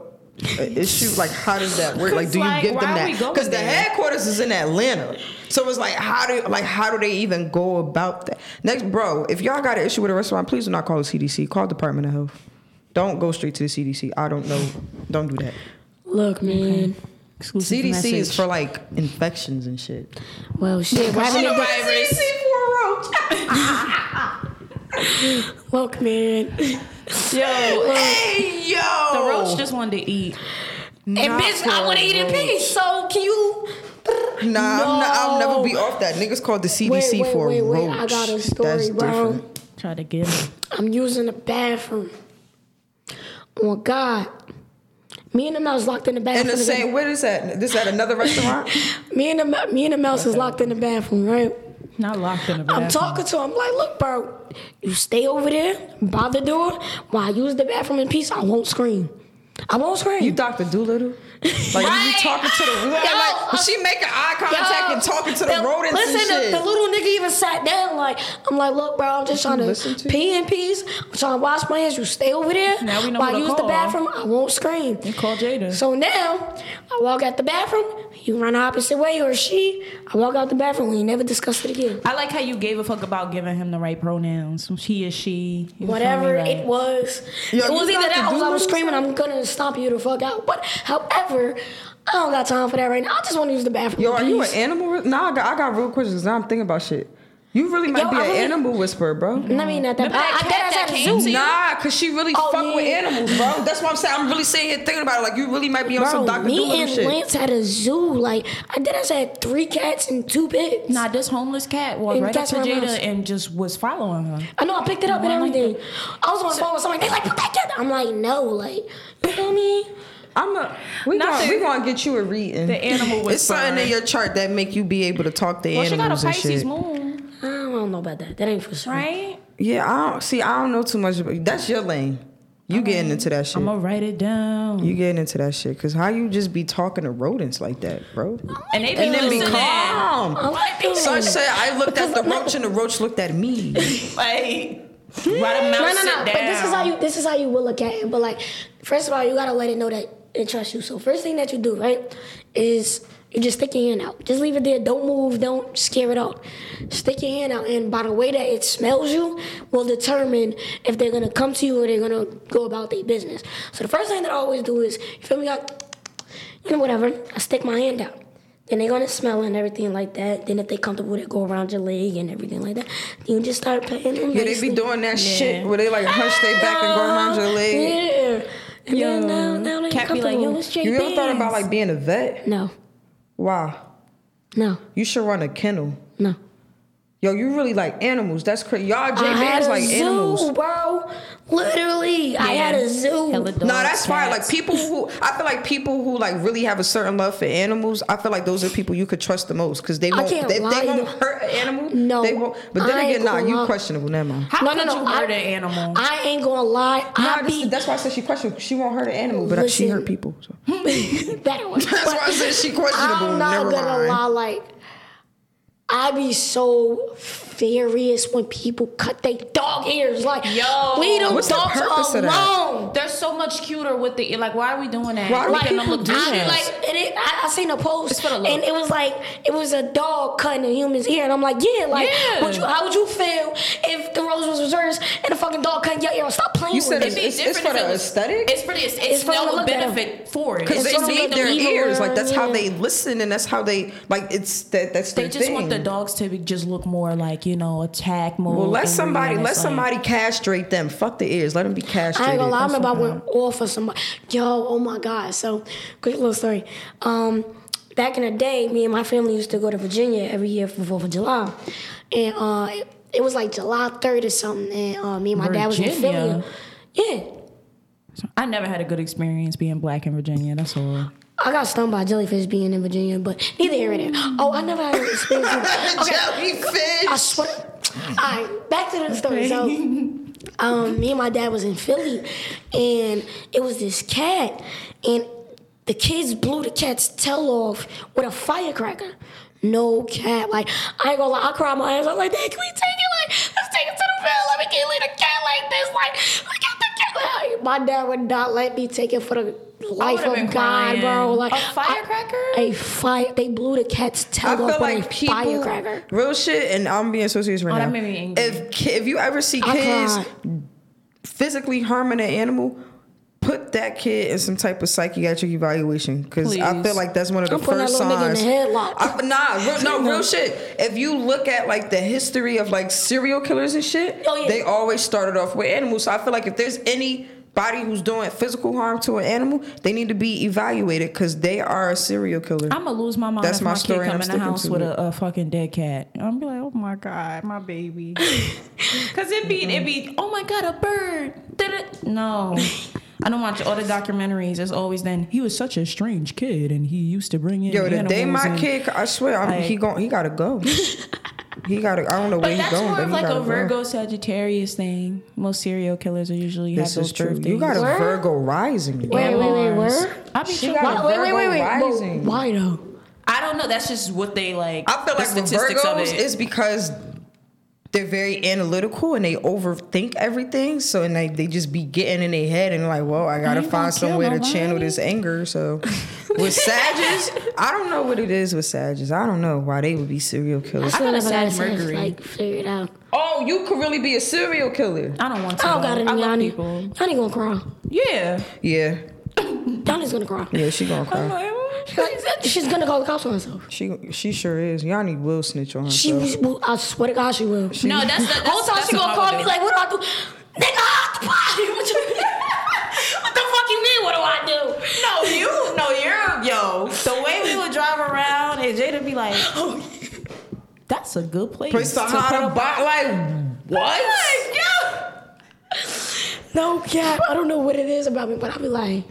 [SPEAKER 5] an issue? Like how does that work? Like do you
[SPEAKER 4] Like,
[SPEAKER 5] give them
[SPEAKER 4] why are we
[SPEAKER 5] that?
[SPEAKER 4] going
[SPEAKER 5] Because the
[SPEAKER 4] there?
[SPEAKER 5] headquarters is in Atlanta, so it's like how do like how do they even go about that? Next, bro, if y'all got an issue with a restaurant, please do not call the CDC. Call Department of Health. Don't go straight to the CDC. I don't know. Don't do that.
[SPEAKER 6] Look, man.
[SPEAKER 4] exclusive
[SPEAKER 5] CDC is
[SPEAKER 4] message.
[SPEAKER 5] for like infections and shit.
[SPEAKER 6] Well, shit. Why
[SPEAKER 5] She know
[SPEAKER 6] didn't it
[SPEAKER 5] why
[SPEAKER 6] go-
[SPEAKER 5] CDC for a roach.
[SPEAKER 6] Look, man.
[SPEAKER 4] yo.
[SPEAKER 5] Hey yo,
[SPEAKER 4] The roach just wanted to eat.
[SPEAKER 6] And bitch, I want to eat in peace. So can you?
[SPEAKER 5] Nah, I'm not, I'll never be off that. Niggas called the CDC
[SPEAKER 6] Wait, wait,
[SPEAKER 5] for
[SPEAKER 6] wait,
[SPEAKER 5] a
[SPEAKER 6] wait.
[SPEAKER 5] roach.
[SPEAKER 6] I got a story, bro.
[SPEAKER 4] Try to get him.
[SPEAKER 6] I'm using the bathroom. Oh God. Me and the mouse locked in the
[SPEAKER 5] And
[SPEAKER 6] bathroom.
[SPEAKER 5] the same, where is that? This at
[SPEAKER 6] [laughs]
[SPEAKER 5] another restaurant?
[SPEAKER 6] Me and the mou- me and the mouse is locked in the bathroom, right?
[SPEAKER 4] Not locked in a bathroom.
[SPEAKER 6] I'm talking to him. I'm like, look, bro, you stay over there by the door while I use the bathroom in peace. I won't scream. I won't scream.
[SPEAKER 5] you Dr. Doolittle? Like you be
[SPEAKER 6] Right.
[SPEAKER 5] talking to the road?
[SPEAKER 6] Yo,
[SPEAKER 5] like, she making eye contact
[SPEAKER 6] Yo,
[SPEAKER 5] and talking to the, rodents
[SPEAKER 6] listen,
[SPEAKER 5] and
[SPEAKER 6] the-
[SPEAKER 5] shit.
[SPEAKER 6] The, little nigga even sat down. Like, I'm like, look, bro, I'm just trying
[SPEAKER 5] listen to
[SPEAKER 6] to pee in peace. I'm trying to wash my hands. You stay over there.
[SPEAKER 4] Now we know
[SPEAKER 6] While I
[SPEAKER 4] who to
[SPEAKER 6] use the
[SPEAKER 4] call.
[SPEAKER 6] bathroom, I won't scream.
[SPEAKER 4] You call Jada.
[SPEAKER 6] So now, I walk out the bathroom. You run the opposite way, or she. I walk out the bathroom. We never discuss it again.
[SPEAKER 4] I like how you gave a fuck about giving him the right pronouns. She is she. You feel me?
[SPEAKER 6] Whatever
[SPEAKER 4] Like,
[SPEAKER 6] it was,
[SPEAKER 5] Yo,
[SPEAKER 6] it
[SPEAKER 5] you
[SPEAKER 6] was either
[SPEAKER 5] got
[SPEAKER 6] that
[SPEAKER 5] to
[SPEAKER 6] or
[SPEAKER 5] do
[SPEAKER 6] I was
[SPEAKER 5] what
[SPEAKER 6] screaming, I'm gonna stomp you the fuck out. But however, I don't got time for that right now. I just wanna use the bathroom.
[SPEAKER 5] Yo, are you an
[SPEAKER 6] please.
[SPEAKER 5] animal? Nah, I got, I got real questions. Now I'm thinking about shit. You really might
[SPEAKER 6] Yo,
[SPEAKER 5] be
[SPEAKER 6] I
[SPEAKER 5] an
[SPEAKER 6] really-
[SPEAKER 5] animal whisperer, bro.
[SPEAKER 6] I mean, not that.
[SPEAKER 4] Remember that
[SPEAKER 6] I,
[SPEAKER 4] cat
[SPEAKER 6] I dead ass
[SPEAKER 4] that
[SPEAKER 6] had a
[SPEAKER 4] came
[SPEAKER 6] zoo.
[SPEAKER 4] to you?
[SPEAKER 5] Nah, cause she really
[SPEAKER 6] Oh,
[SPEAKER 5] fuck with
[SPEAKER 6] yeah.
[SPEAKER 5] animals, bro. That's what I'm saying. I'm really sitting here thinking about it. Like you really might be on some
[SPEAKER 6] Bro,
[SPEAKER 5] Dr.
[SPEAKER 6] me
[SPEAKER 5] Doolittle
[SPEAKER 6] and
[SPEAKER 5] shit.
[SPEAKER 6] Lance had a zoo. Like I did, I had three cats and two pigs.
[SPEAKER 4] Nah, this homeless cat walked
[SPEAKER 6] And
[SPEAKER 4] right up
[SPEAKER 6] that's
[SPEAKER 4] to
[SPEAKER 6] my
[SPEAKER 4] Jada
[SPEAKER 6] mouse.
[SPEAKER 4] and just was following her.
[SPEAKER 6] I know I picked it up and
[SPEAKER 4] Why?
[SPEAKER 6] everything. I was on the phone with somebody. They like put that cat. I'm like, no, like you feel me?
[SPEAKER 5] I'm a. We
[SPEAKER 4] Not
[SPEAKER 5] gonna,
[SPEAKER 4] the-
[SPEAKER 5] we gonna get you a reading.
[SPEAKER 4] The animal
[SPEAKER 5] It's something in your chart that make you be able to talk to
[SPEAKER 4] Well, she got a
[SPEAKER 5] animals and
[SPEAKER 4] Pisces
[SPEAKER 5] shit.
[SPEAKER 4] moon,
[SPEAKER 6] I don't, I don't know about that. That ain't for sure.
[SPEAKER 4] right?
[SPEAKER 5] Yeah, I don't see. I don't know too much. About, that's your lane. You getting into that shit.
[SPEAKER 4] I'm gonna write it down.
[SPEAKER 5] you getting into that shit? Cause how you just be talking to rodents like that, bro?
[SPEAKER 4] and they be
[SPEAKER 5] And then be
[SPEAKER 4] listening.
[SPEAKER 5] calm.
[SPEAKER 4] Oh,
[SPEAKER 6] I like being.
[SPEAKER 5] So I said I looked at the roach and the roach looked at me.
[SPEAKER 4] [laughs] Like, why the mouse
[SPEAKER 6] No, no,
[SPEAKER 4] sit down?
[SPEAKER 6] no. But this is how you this is how you will look at it. But like, first of all, you gotta let it know that it trusts you. So first thing that you do, right, is you just stick your hand out. Just leave it there. Don't move. Don't scare it off. Stick your hand out, and by the way that it smells you, will determine if they're gonna come to you or they're gonna go about their business. So the first thing that I always do is, you feel me? I, you know, whatever. I stick my hand out. Then they're gonna smell and everything like that. Then if they comfortable, they go around your leg and everything like that. You just start petting them.
[SPEAKER 5] Yeah, they
[SPEAKER 6] nicely.
[SPEAKER 5] be doing that shit where they like hunch their back and go
[SPEAKER 4] Uh-huh.
[SPEAKER 5] around your leg.
[SPEAKER 6] Yeah. And
[SPEAKER 4] Yo.
[SPEAKER 6] then now, now they
[SPEAKER 4] Cat be like,
[SPEAKER 6] comfortable.
[SPEAKER 4] yo, it's Jay
[SPEAKER 5] You ever thought
[SPEAKER 4] Benz.
[SPEAKER 5] about like being a vet?
[SPEAKER 6] No,
[SPEAKER 5] Wow,
[SPEAKER 6] no,
[SPEAKER 5] you should run a kennel.
[SPEAKER 6] no.
[SPEAKER 5] Yo, you really like animals. That's crazy. Y'all J
[SPEAKER 6] I had
[SPEAKER 5] Bands
[SPEAKER 6] a
[SPEAKER 5] like
[SPEAKER 6] zoo,
[SPEAKER 5] animals.
[SPEAKER 6] bro. Literally, I had a zoo.
[SPEAKER 4] Hella dogs,
[SPEAKER 5] No, that's fine. Like
[SPEAKER 4] cats.
[SPEAKER 5] people who I feel like people who like really have a certain love for animals. I feel like those are people you could trust the most because they won't.
[SPEAKER 6] can't
[SPEAKER 5] They, they
[SPEAKER 6] lie,
[SPEAKER 5] won't
[SPEAKER 6] though.
[SPEAKER 5] hurt an animal.
[SPEAKER 6] No,
[SPEAKER 5] they won't. But then
[SPEAKER 6] I ain't
[SPEAKER 5] again, nah,
[SPEAKER 6] gonna
[SPEAKER 5] you
[SPEAKER 6] lie.
[SPEAKER 5] questionable. Never mind.
[SPEAKER 4] how
[SPEAKER 6] no,
[SPEAKER 4] could
[SPEAKER 6] no, no.
[SPEAKER 4] you
[SPEAKER 6] I-
[SPEAKER 4] hurt an animal?
[SPEAKER 6] I ain't gonna lie.
[SPEAKER 5] Nah,
[SPEAKER 6] I
[SPEAKER 5] this-
[SPEAKER 6] be
[SPEAKER 5] that's why I said she questionable. She won't hurt an animal, but she
[SPEAKER 6] Listen.
[SPEAKER 5] hurt people. So.
[SPEAKER 6] better.
[SPEAKER 5] [laughs]
[SPEAKER 6] That's
[SPEAKER 5] That's why I said she questionable.
[SPEAKER 6] I'm not
[SPEAKER 5] Never
[SPEAKER 6] gonna
[SPEAKER 5] mind.
[SPEAKER 6] lie, like I be so furious when people cut their dog ears. Like,
[SPEAKER 4] Yo.
[SPEAKER 6] leave them
[SPEAKER 5] What's the
[SPEAKER 6] dogs
[SPEAKER 5] purpose of that?
[SPEAKER 6] alone.
[SPEAKER 4] They're so much cuter with the like. Why are we doing that?
[SPEAKER 5] Why do
[SPEAKER 4] Making
[SPEAKER 5] people
[SPEAKER 4] them
[SPEAKER 5] do
[SPEAKER 4] look
[SPEAKER 6] I
[SPEAKER 5] that?
[SPEAKER 4] dumb.
[SPEAKER 6] like and it, I, I seen a
[SPEAKER 4] It's
[SPEAKER 6] post
[SPEAKER 4] for the
[SPEAKER 6] and
[SPEAKER 4] look.
[SPEAKER 6] it was like it was a dog cutting a human's ear and I'm like yeah like
[SPEAKER 4] Yeah.
[SPEAKER 6] would you how would you feel if the rose was reserved and a fucking dog cutting your ear stop playing
[SPEAKER 5] You
[SPEAKER 6] with
[SPEAKER 5] said
[SPEAKER 6] me.
[SPEAKER 5] it's-
[SPEAKER 4] It'd be
[SPEAKER 5] it's for
[SPEAKER 4] different if
[SPEAKER 5] the
[SPEAKER 4] it was-
[SPEAKER 5] aesthetic?
[SPEAKER 4] It's for the it's,
[SPEAKER 6] It's for the
[SPEAKER 4] no
[SPEAKER 6] look at 'em.
[SPEAKER 4] benefit for it.
[SPEAKER 5] Because
[SPEAKER 4] It's
[SPEAKER 5] they
[SPEAKER 4] just
[SPEAKER 6] gonna
[SPEAKER 5] need
[SPEAKER 4] make
[SPEAKER 6] look
[SPEAKER 5] their
[SPEAKER 4] them
[SPEAKER 6] evil
[SPEAKER 5] ears. Like that's how
[SPEAKER 6] around,
[SPEAKER 5] they
[SPEAKER 6] yeah.
[SPEAKER 5] listen and that's how they like. It's that. That's
[SPEAKER 4] They
[SPEAKER 5] their
[SPEAKER 4] just
[SPEAKER 5] thing.
[SPEAKER 4] want the dogs to be- just look more like you know attack mode.
[SPEAKER 5] Well, let
[SPEAKER 4] angry,
[SPEAKER 5] somebody
[SPEAKER 4] and
[SPEAKER 5] let
[SPEAKER 4] it's like-
[SPEAKER 5] somebody castrate them. Fuck the ears. Let them be castrated.
[SPEAKER 6] I ain't gonna lie, I
[SPEAKER 5] That's
[SPEAKER 6] remember I
[SPEAKER 5] okay.
[SPEAKER 6] went off of somebody. Yo, oh my God. So, quick little story. Um, back in the day, me and my family used to go to Virginia every year for 4th of July. And uh, it, it was like July 3rd or something. And uh, me and my dad was in
[SPEAKER 4] Virginia?
[SPEAKER 6] Philly. Yeah.
[SPEAKER 4] I never had a good experience being black in Virginia. That's all.
[SPEAKER 6] I got stung by a jellyfish being in Virginia, but neither here nor there. Oh, I never had an experience. with- okay,
[SPEAKER 5] Jellyfish.
[SPEAKER 6] I swear. All right, back to the story. So, um, me and my dad was in Philly, and it was this cat, and the kids blew the cat's tail off with a firecracker. No cat. Like I ain't gonna lie, I cried my ass. I was like, Dad, can we take it? Like, let's take it to the field. Let me can't leave a cat like this. Like, we got the cat. Like, my dad would not let me take it for the life
[SPEAKER 4] would've
[SPEAKER 6] of
[SPEAKER 4] been
[SPEAKER 6] God,
[SPEAKER 4] crying.
[SPEAKER 6] bro. Like
[SPEAKER 4] A firecracker?
[SPEAKER 6] I, a fire. They blew the cat's tail
[SPEAKER 5] I
[SPEAKER 6] off with
[SPEAKER 5] feel like
[SPEAKER 6] a
[SPEAKER 5] people,
[SPEAKER 6] firecracker.
[SPEAKER 5] real shit, and I'm being so serious right
[SPEAKER 4] Oh, that
[SPEAKER 5] now.
[SPEAKER 4] made me angry.
[SPEAKER 5] If ki- if you ever see
[SPEAKER 6] I
[SPEAKER 5] kids
[SPEAKER 6] cried.
[SPEAKER 5] physically harming an animal, put that kid in some type of psychiatric evaluation because I
[SPEAKER 4] Please.
[SPEAKER 5] feel like that's one of the
[SPEAKER 6] I'm putting that
[SPEAKER 5] first
[SPEAKER 6] little nigga in
[SPEAKER 5] signs.
[SPEAKER 6] the headlock.
[SPEAKER 5] I- nah, real, no,
[SPEAKER 6] No.
[SPEAKER 5] real
[SPEAKER 4] [laughs]
[SPEAKER 5] shit. If you look at like the history of like serial killers and shit,
[SPEAKER 6] Oh, yeah.
[SPEAKER 5] they always started off with animals. So I feel like if there's anybody who's doing physical harm to an animal, they need to be evaluated because they are a serial killer.
[SPEAKER 4] I'm gonna lose my mind
[SPEAKER 5] That's
[SPEAKER 4] if
[SPEAKER 5] my
[SPEAKER 4] my,
[SPEAKER 5] story,
[SPEAKER 4] kid
[SPEAKER 5] and I'm
[SPEAKER 4] come in the
[SPEAKER 5] sticking
[SPEAKER 4] house
[SPEAKER 5] to
[SPEAKER 4] with
[SPEAKER 5] it.
[SPEAKER 4] a, a fucking dead cat. I'm be like, oh my god,
[SPEAKER 5] [laughs]
[SPEAKER 4] my baby. Cause it be it be oh my god, a bird. Did it? No. I don't watch all the documentaries. It's always then he was such a strange kid, and he used to bring in.
[SPEAKER 5] Yo, the day
[SPEAKER 4] animals
[SPEAKER 5] my
[SPEAKER 4] and-
[SPEAKER 5] kid, I swear, I'm, he
[SPEAKER 4] like-
[SPEAKER 5] gon' he gotta go.
[SPEAKER 4] [laughs]
[SPEAKER 5] he gotta. I don't know where
[SPEAKER 4] But
[SPEAKER 5] he's
[SPEAKER 4] that's
[SPEAKER 5] going.
[SPEAKER 4] more
[SPEAKER 5] but
[SPEAKER 4] of
[SPEAKER 5] he
[SPEAKER 4] like
[SPEAKER 5] gotta
[SPEAKER 4] a
[SPEAKER 5] go.
[SPEAKER 4] Virgo Sagittarius thing. Most serial killers are usually
[SPEAKER 5] This
[SPEAKER 4] have
[SPEAKER 5] is
[SPEAKER 4] those
[SPEAKER 5] true.
[SPEAKER 4] birthdays.
[SPEAKER 5] You got a
[SPEAKER 6] Where?
[SPEAKER 5] Virgo rising. yo.
[SPEAKER 6] Wait, wait, wait,
[SPEAKER 4] Lawrence.
[SPEAKER 6] where?
[SPEAKER 4] I be
[SPEAKER 5] She
[SPEAKER 4] sure.
[SPEAKER 5] got a
[SPEAKER 6] Wait, wait,
[SPEAKER 5] Virgo
[SPEAKER 6] wait, wait. Well,
[SPEAKER 5] rising.
[SPEAKER 6] Why though?
[SPEAKER 4] I don't know. That's just what they like.
[SPEAKER 5] I feel
[SPEAKER 4] the
[SPEAKER 5] like with
[SPEAKER 4] statistics of
[SPEAKER 5] Virgos
[SPEAKER 4] it.
[SPEAKER 5] is because they're very analytical and they overthink everything. So and they, they just be getting in their head and like, well, I gotta
[SPEAKER 4] ain't gonna
[SPEAKER 5] find
[SPEAKER 4] kill
[SPEAKER 5] somewhere to
[SPEAKER 4] nobody.
[SPEAKER 5] channel this anger. [laughs] So with Sages, I don't know what it is with Sages. I don't know why they would be serial killers.
[SPEAKER 4] I
[SPEAKER 6] Still
[SPEAKER 4] got a
[SPEAKER 6] never got
[SPEAKER 4] Sag
[SPEAKER 6] a Sag,
[SPEAKER 4] Mercury.
[SPEAKER 6] Like, figure it out.
[SPEAKER 5] Oh, you could really be a serial killer.
[SPEAKER 4] I don't want to.
[SPEAKER 6] I don't
[SPEAKER 4] though.
[SPEAKER 6] got any
[SPEAKER 4] I love
[SPEAKER 6] Yanni.
[SPEAKER 4] people.
[SPEAKER 6] Yanni gonna cry.
[SPEAKER 4] Yeah.
[SPEAKER 5] Yeah,
[SPEAKER 6] Yanni's gonna cry.
[SPEAKER 5] yeah, she gonna
[SPEAKER 4] I'm
[SPEAKER 5] cry.
[SPEAKER 4] like, oh.
[SPEAKER 6] She's gonna call the cops on herself.
[SPEAKER 5] She she sure is. Yanni will snitch on herself.
[SPEAKER 6] She was, well, I swear to God, she will.
[SPEAKER 4] No, that's the
[SPEAKER 6] Whole time
[SPEAKER 4] that's
[SPEAKER 6] she
[SPEAKER 4] what
[SPEAKER 6] gonna
[SPEAKER 4] I
[SPEAKER 6] call
[SPEAKER 4] would
[SPEAKER 6] me
[SPEAKER 4] do.
[SPEAKER 6] like, what do I do? Nigga, I have to party. [laughs] What you What the fuck you mean? What do I do?
[SPEAKER 4] No, you, no, you're, yo. The way we would drive around and Jada be like, that's a good place.
[SPEAKER 5] Place to
[SPEAKER 4] to
[SPEAKER 5] hide
[SPEAKER 4] put
[SPEAKER 5] a
[SPEAKER 4] a-
[SPEAKER 5] bot like what?
[SPEAKER 4] Like, yo.
[SPEAKER 6] No cap. I don't know what it is about me, but I be like,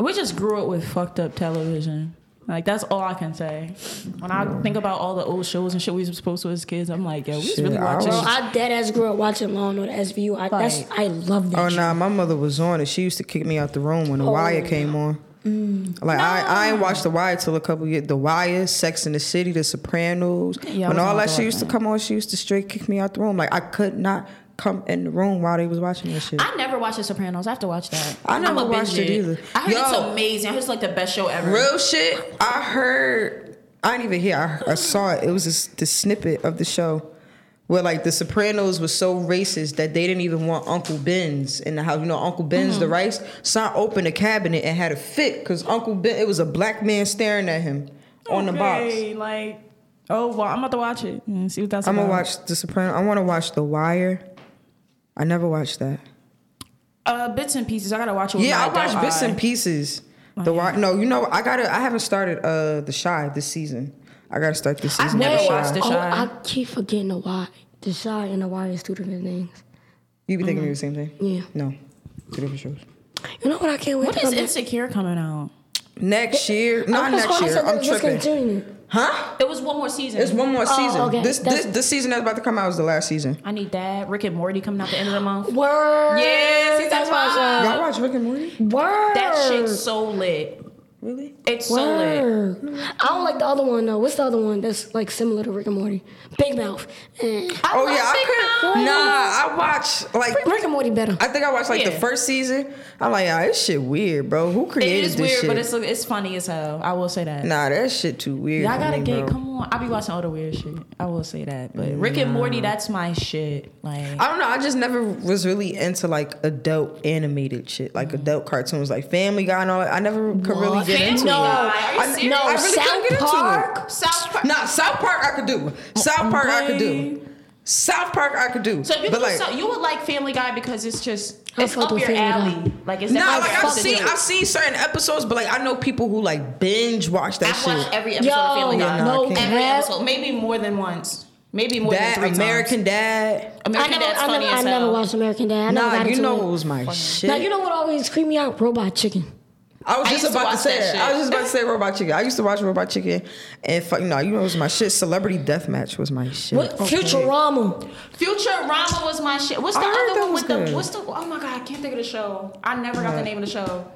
[SPEAKER 4] We just grew up with fucked up television. Like that's all I can say. When I think about all the old shows and shit we was supposed to as kids, I'm like, yo, we was
[SPEAKER 5] Shit,
[SPEAKER 4] really
[SPEAKER 5] I
[SPEAKER 4] watching.
[SPEAKER 5] was-
[SPEAKER 6] bro, I dead ass grew up watching Law and Order SVU. I, that's, I love that.
[SPEAKER 5] Oh
[SPEAKER 6] shit.
[SPEAKER 5] nah, my mother was on it. She used to kick me out the room when the
[SPEAKER 6] Oh.
[SPEAKER 5] wire came on. Like I, I ain't watched the wire till a couple years. The wire, Sex in the City, The Sopranos.
[SPEAKER 4] Yeah, I
[SPEAKER 5] when
[SPEAKER 4] was
[SPEAKER 5] all
[SPEAKER 4] on
[SPEAKER 5] that
[SPEAKER 4] the
[SPEAKER 5] shit used to come on, she used to straight kick me out the room. Like I could not come in the room while they was watching that shit.
[SPEAKER 4] I never watched The Sopranos. I have to watch that.
[SPEAKER 5] I never
[SPEAKER 4] I'ma binge
[SPEAKER 5] watched it either.
[SPEAKER 4] I heard it's
[SPEAKER 5] Yo.
[SPEAKER 4] amazing. I heard it's like the best show ever.
[SPEAKER 5] Real shit. I heard. I didn't even hear. I, I saw it. It was this, the snippet of the show where like the Sopranos was so racist that they didn't even want Uncle Ben's in the house. You know, Uncle Ben's the
[SPEAKER 4] Mm-hmm.
[SPEAKER 5] rice. Son opened a cabinet and had a fit because Uncle Ben. It was a black man staring at him on the box.
[SPEAKER 4] Okay, Like, oh well, I'm about to watch it and see what that's.
[SPEAKER 5] I'm gonna
[SPEAKER 4] about.
[SPEAKER 5] watch the Sopranos. I want to watch The Wire. I never watched that.
[SPEAKER 4] Uh, bits and pieces. I gotta watch it. With
[SPEAKER 5] Yeah,
[SPEAKER 4] Oh my
[SPEAKER 5] I watched
[SPEAKER 4] adult
[SPEAKER 5] bits
[SPEAKER 4] eye.
[SPEAKER 5] and pieces. The wire. No, you know, I gotta. I haven't started uh the shy this season. I gotta start this
[SPEAKER 4] I've
[SPEAKER 5] season. of
[SPEAKER 4] never
[SPEAKER 5] The Chi.
[SPEAKER 4] watched The
[SPEAKER 6] oh,
[SPEAKER 4] Chi.
[SPEAKER 6] I keep forgetting the why. The Shy and the Why is two different things.
[SPEAKER 5] You be thinking
[SPEAKER 4] Mm-hmm.
[SPEAKER 5] of the same thing?
[SPEAKER 6] Yeah.
[SPEAKER 5] No. Two different shows.
[SPEAKER 6] You know what? I can't wait
[SPEAKER 4] What
[SPEAKER 6] to
[SPEAKER 4] is
[SPEAKER 6] come back.
[SPEAKER 4] Insecure coming out?
[SPEAKER 5] Next year? Not
[SPEAKER 6] I'm
[SPEAKER 5] next year. I'm tripping.
[SPEAKER 6] tripping.
[SPEAKER 5] Huh?
[SPEAKER 4] It was one more season.
[SPEAKER 5] It's one more
[SPEAKER 6] Oh,
[SPEAKER 5] season.
[SPEAKER 6] okay.
[SPEAKER 5] This this
[SPEAKER 6] That's-
[SPEAKER 5] this season that's about to come out is the last season.
[SPEAKER 4] I need that. Rick and Morty coming out the end of the month.
[SPEAKER 6] Word.
[SPEAKER 4] Yes, he's
[SPEAKER 6] that's
[SPEAKER 4] talking about-
[SPEAKER 6] why.
[SPEAKER 5] Y'all watch Rick and Morty?
[SPEAKER 6] Word.
[SPEAKER 4] That shit's so lit.
[SPEAKER 5] Really?
[SPEAKER 4] It's so lit.
[SPEAKER 6] Word. I don't like the other one though. What's the other one that's like similar to Rick and Morty? Big Mouth. Eh.
[SPEAKER 4] I
[SPEAKER 5] oh
[SPEAKER 4] love
[SPEAKER 5] yeah,
[SPEAKER 4] Big
[SPEAKER 5] I
[SPEAKER 4] Mouth.
[SPEAKER 5] could. Nah, I watch like
[SPEAKER 6] Rick and Morty better.
[SPEAKER 5] I think I watched like the
[SPEAKER 4] Yeah.
[SPEAKER 5] first season. I'm like, ah, this shit weird, bro. Who
[SPEAKER 4] It
[SPEAKER 5] created
[SPEAKER 4] is
[SPEAKER 5] this
[SPEAKER 4] weird,
[SPEAKER 5] shit?
[SPEAKER 4] but it's it's funny as hell. I will say that.
[SPEAKER 5] nah, that shit too weird.
[SPEAKER 4] Y'all
[SPEAKER 5] for
[SPEAKER 4] gotta
[SPEAKER 5] me,
[SPEAKER 4] get.
[SPEAKER 5] bro.
[SPEAKER 4] Come on, I be watching all the weird shit. I will say that. But Rick and Morty, that's my shit. Like.
[SPEAKER 5] I don't know. I just never was really into like adult animated shit, like adult cartoons, like Family Guy and all that. I never could really
[SPEAKER 6] What?
[SPEAKER 5] get
[SPEAKER 4] Mm-hmm. Family
[SPEAKER 5] into
[SPEAKER 4] Guy?
[SPEAKER 5] it.
[SPEAKER 4] Are you
[SPEAKER 5] I-
[SPEAKER 4] serious?
[SPEAKER 6] no,
[SPEAKER 5] I really couldn't
[SPEAKER 6] South
[SPEAKER 5] get into it.
[SPEAKER 6] Park.
[SPEAKER 4] South Park. Oh,
[SPEAKER 5] Nah, South Park I could do. South Park I could do. South Park I could do.
[SPEAKER 4] So you,
[SPEAKER 5] but
[SPEAKER 4] do
[SPEAKER 5] like,
[SPEAKER 4] so you would like Family Guy because it's just
[SPEAKER 6] I
[SPEAKER 4] it's
[SPEAKER 6] fuck
[SPEAKER 4] up
[SPEAKER 6] with
[SPEAKER 4] your
[SPEAKER 6] Family Guy.
[SPEAKER 4] alley. Like it's
[SPEAKER 5] nah,
[SPEAKER 4] definitely
[SPEAKER 5] like I've
[SPEAKER 4] something
[SPEAKER 5] seen
[SPEAKER 4] to do.
[SPEAKER 5] I've seen certain episodes, but like I know people who like binge watch that
[SPEAKER 4] I've
[SPEAKER 5] shit.
[SPEAKER 4] watched every episode of
[SPEAKER 6] Yo,
[SPEAKER 4] Family Guy.
[SPEAKER 5] no
[SPEAKER 4] every
[SPEAKER 6] cap.
[SPEAKER 4] episode, maybe more than once, maybe more
[SPEAKER 5] that
[SPEAKER 4] than three
[SPEAKER 5] American
[SPEAKER 4] times.
[SPEAKER 5] Dad.
[SPEAKER 6] I
[SPEAKER 4] American
[SPEAKER 6] never,
[SPEAKER 4] Dad's
[SPEAKER 6] I
[SPEAKER 4] funny
[SPEAKER 6] never, I
[SPEAKER 4] as hell.
[SPEAKER 6] never watched American Dad. I never
[SPEAKER 5] Nah,
[SPEAKER 6] got
[SPEAKER 5] you
[SPEAKER 6] into
[SPEAKER 5] know it
[SPEAKER 6] it.
[SPEAKER 5] was my shit.
[SPEAKER 6] Now you know what always creeped me out? Robot Chicken.
[SPEAKER 5] I was
[SPEAKER 4] I
[SPEAKER 5] just
[SPEAKER 4] used to
[SPEAKER 5] about to,
[SPEAKER 4] watch
[SPEAKER 5] say
[SPEAKER 4] that
[SPEAKER 5] that. I was
[SPEAKER 4] shit.
[SPEAKER 5] just about to say Robot Chicken. I used to watch Robot Chicken, and fuck, no, you know it was my shit. Celebrity Deathmatch was my shit.
[SPEAKER 6] What uh, Futurama?
[SPEAKER 4] Futurama was my shit. What's the
[SPEAKER 5] I heard
[SPEAKER 4] other
[SPEAKER 5] that
[SPEAKER 4] one
[SPEAKER 5] was
[SPEAKER 4] with
[SPEAKER 5] good.
[SPEAKER 4] the? What's the? Oh my god, I can't think of the show. I never got the name of the show.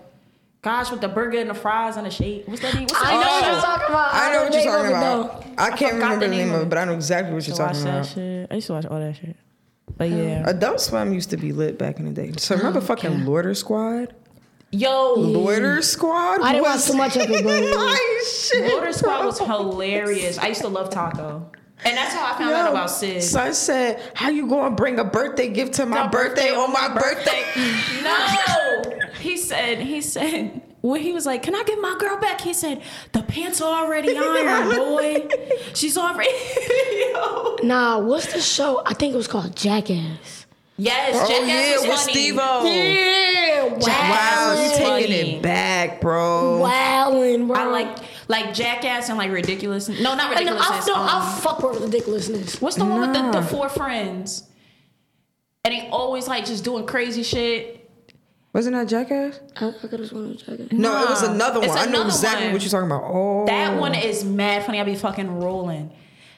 [SPEAKER 4] Gosh, with the burger and the fries and the shake. What's that name? What's the
[SPEAKER 6] I know
[SPEAKER 4] name of the
[SPEAKER 6] what you're
[SPEAKER 4] show?
[SPEAKER 6] talking about.
[SPEAKER 5] Oh. I, know what you're talking about. I can't
[SPEAKER 4] forgot the
[SPEAKER 5] remember the name of it, but I know exactly what you're
[SPEAKER 4] used to watch
[SPEAKER 5] talking
[SPEAKER 4] that
[SPEAKER 5] about.
[SPEAKER 4] shit. I used to watch all that shit. But yeah.
[SPEAKER 5] Adult Swim used to be lit back in the day. So remember fucking Loiter Squad?
[SPEAKER 4] Yo,
[SPEAKER 5] Loiter Squad?
[SPEAKER 6] I didn't watch
[SPEAKER 5] was
[SPEAKER 6] too
[SPEAKER 5] [laughs]
[SPEAKER 6] much of it, but-
[SPEAKER 5] my shit,
[SPEAKER 4] Border Squad
[SPEAKER 5] bro.
[SPEAKER 4] was hilarious. I used to love Taco. And that's how I found out
[SPEAKER 5] Yo,
[SPEAKER 4] about Sid.
[SPEAKER 5] Son said, how you gonna bring a birthday gift to my
[SPEAKER 4] My
[SPEAKER 5] birthday,
[SPEAKER 4] birthday
[SPEAKER 5] on my birthday?
[SPEAKER 4] No. He said, he said, when he was like, Can I get my girl back? He said, The pants are
[SPEAKER 5] [laughs]
[SPEAKER 4] already ironed, boy. She's already. [laughs] Yo.
[SPEAKER 6] Nah, what's the show? I think it was called Jackass.
[SPEAKER 4] Yes,
[SPEAKER 5] oh
[SPEAKER 4] Jackass was
[SPEAKER 5] yeah, with
[SPEAKER 4] funny.
[SPEAKER 5] Steve
[SPEAKER 6] Yeah,
[SPEAKER 5] Wow,
[SPEAKER 4] That
[SPEAKER 5] you
[SPEAKER 4] was
[SPEAKER 5] taking
[SPEAKER 4] funny.
[SPEAKER 5] it back, bro.
[SPEAKER 6] wildin', bro.
[SPEAKER 4] I like like Jackass and like ridiculous. No, not
[SPEAKER 6] And then I,
[SPEAKER 4] ridiculousness.
[SPEAKER 6] no,
[SPEAKER 4] um,
[SPEAKER 6] I fuck with ridiculousness.
[SPEAKER 4] What's the one with the, the four friends? And they always like just doing crazy shit.
[SPEAKER 5] Wasn't that Jackass?
[SPEAKER 4] Um,
[SPEAKER 6] I fuck with this one with Jackass.
[SPEAKER 5] No, it was
[SPEAKER 4] Nah,
[SPEAKER 5] another one.
[SPEAKER 4] it's
[SPEAKER 5] I know
[SPEAKER 4] another
[SPEAKER 5] exactly
[SPEAKER 4] one.
[SPEAKER 5] what you're talking about. Oh,
[SPEAKER 4] That one is mad funny. I be fucking rolling.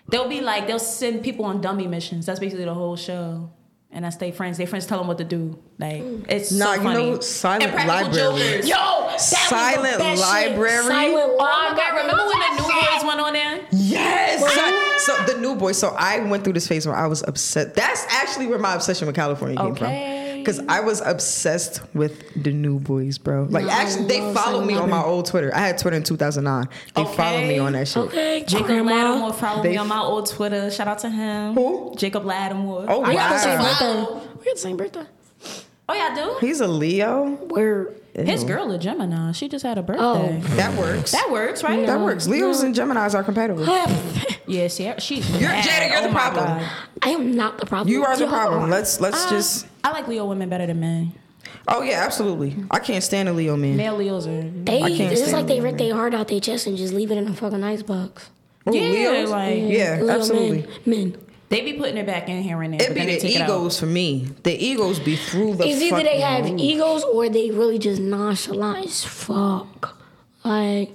[SPEAKER 4] They'll be like they'll send people on dummy missions. That's basically the whole show. And that's their friends. Their friends tell them what to do. Like it's
[SPEAKER 5] Nah,
[SPEAKER 4] so
[SPEAKER 5] you
[SPEAKER 4] funny.
[SPEAKER 5] know Silent
[SPEAKER 4] And Practical
[SPEAKER 5] Library.
[SPEAKER 4] Jokers.
[SPEAKER 6] Yo,
[SPEAKER 4] Yo,
[SPEAKER 6] that was
[SPEAKER 5] Silent
[SPEAKER 6] the best
[SPEAKER 5] Library?
[SPEAKER 6] Shit. Silent Library.
[SPEAKER 4] oh my god! Remember when the New Boys went on there?
[SPEAKER 5] Yes. So, so the new boy. So I went through this phase where I was obsessed. That's actually where my obsession with California came
[SPEAKER 4] Okay.
[SPEAKER 5] from. Because I was obsessed with the new boys, bro. Like
[SPEAKER 6] No,
[SPEAKER 5] actually, they
[SPEAKER 6] no,
[SPEAKER 5] followed
[SPEAKER 6] son,
[SPEAKER 5] me
[SPEAKER 6] no.
[SPEAKER 5] on my old Twitter. I had Twitter in 2009. They
[SPEAKER 4] Okay.
[SPEAKER 5] followed me on that shit.
[SPEAKER 6] Okay,
[SPEAKER 4] Jacob Lattimore
[SPEAKER 6] grandma.
[SPEAKER 4] followed
[SPEAKER 5] They-
[SPEAKER 4] me on my old Twitter. Shout out to him.
[SPEAKER 5] Who?
[SPEAKER 4] Jacob Lattimore.
[SPEAKER 5] Oh
[SPEAKER 6] I got the same
[SPEAKER 5] wow.
[SPEAKER 6] birthday. We got the same birthday. [laughs]
[SPEAKER 4] Oh yeah, dude.
[SPEAKER 5] He's a Leo.
[SPEAKER 6] Word.
[SPEAKER 4] His girl a Gemini. She just had a birthday.
[SPEAKER 6] Oh.
[SPEAKER 5] That works.
[SPEAKER 4] That works, right?
[SPEAKER 5] That works. Leos and Gemini's are compatible.
[SPEAKER 4] Yeah, Sierra. She's
[SPEAKER 5] You're
[SPEAKER 4] mad.
[SPEAKER 5] Jada. You're
[SPEAKER 4] Oh
[SPEAKER 5] the
[SPEAKER 4] my
[SPEAKER 5] problem.
[SPEAKER 4] God.
[SPEAKER 6] I am not the problem.
[SPEAKER 5] You are the
[SPEAKER 6] Y'all
[SPEAKER 5] problem.
[SPEAKER 6] are.
[SPEAKER 5] Let's let's
[SPEAKER 4] Uh,
[SPEAKER 5] just.
[SPEAKER 4] I like Leo women better than men.
[SPEAKER 5] Oh yeah, absolutely. I can't stand a Leo man.
[SPEAKER 4] Male Leos are.
[SPEAKER 6] They,
[SPEAKER 5] I can't
[SPEAKER 6] it's
[SPEAKER 5] stand
[SPEAKER 6] like they
[SPEAKER 5] it,
[SPEAKER 6] rip their heart out their chest and just leave it in a fucking icebox.
[SPEAKER 5] Ooh,
[SPEAKER 4] Yeah,
[SPEAKER 5] Leos?
[SPEAKER 4] like-
[SPEAKER 5] yeah,
[SPEAKER 6] Little
[SPEAKER 5] absolutely.
[SPEAKER 6] Men. men.
[SPEAKER 4] They be putting it back in here and there.
[SPEAKER 5] It
[SPEAKER 4] but
[SPEAKER 5] be
[SPEAKER 4] then they
[SPEAKER 5] the
[SPEAKER 4] take it out.
[SPEAKER 5] egos for me. The egos be through the.
[SPEAKER 6] It's either they have
[SPEAKER 5] fucking
[SPEAKER 4] e-
[SPEAKER 5] roof.
[SPEAKER 6] egos or they really just nonchalant as fuck.
[SPEAKER 4] I
[SPEAKER 6] Like,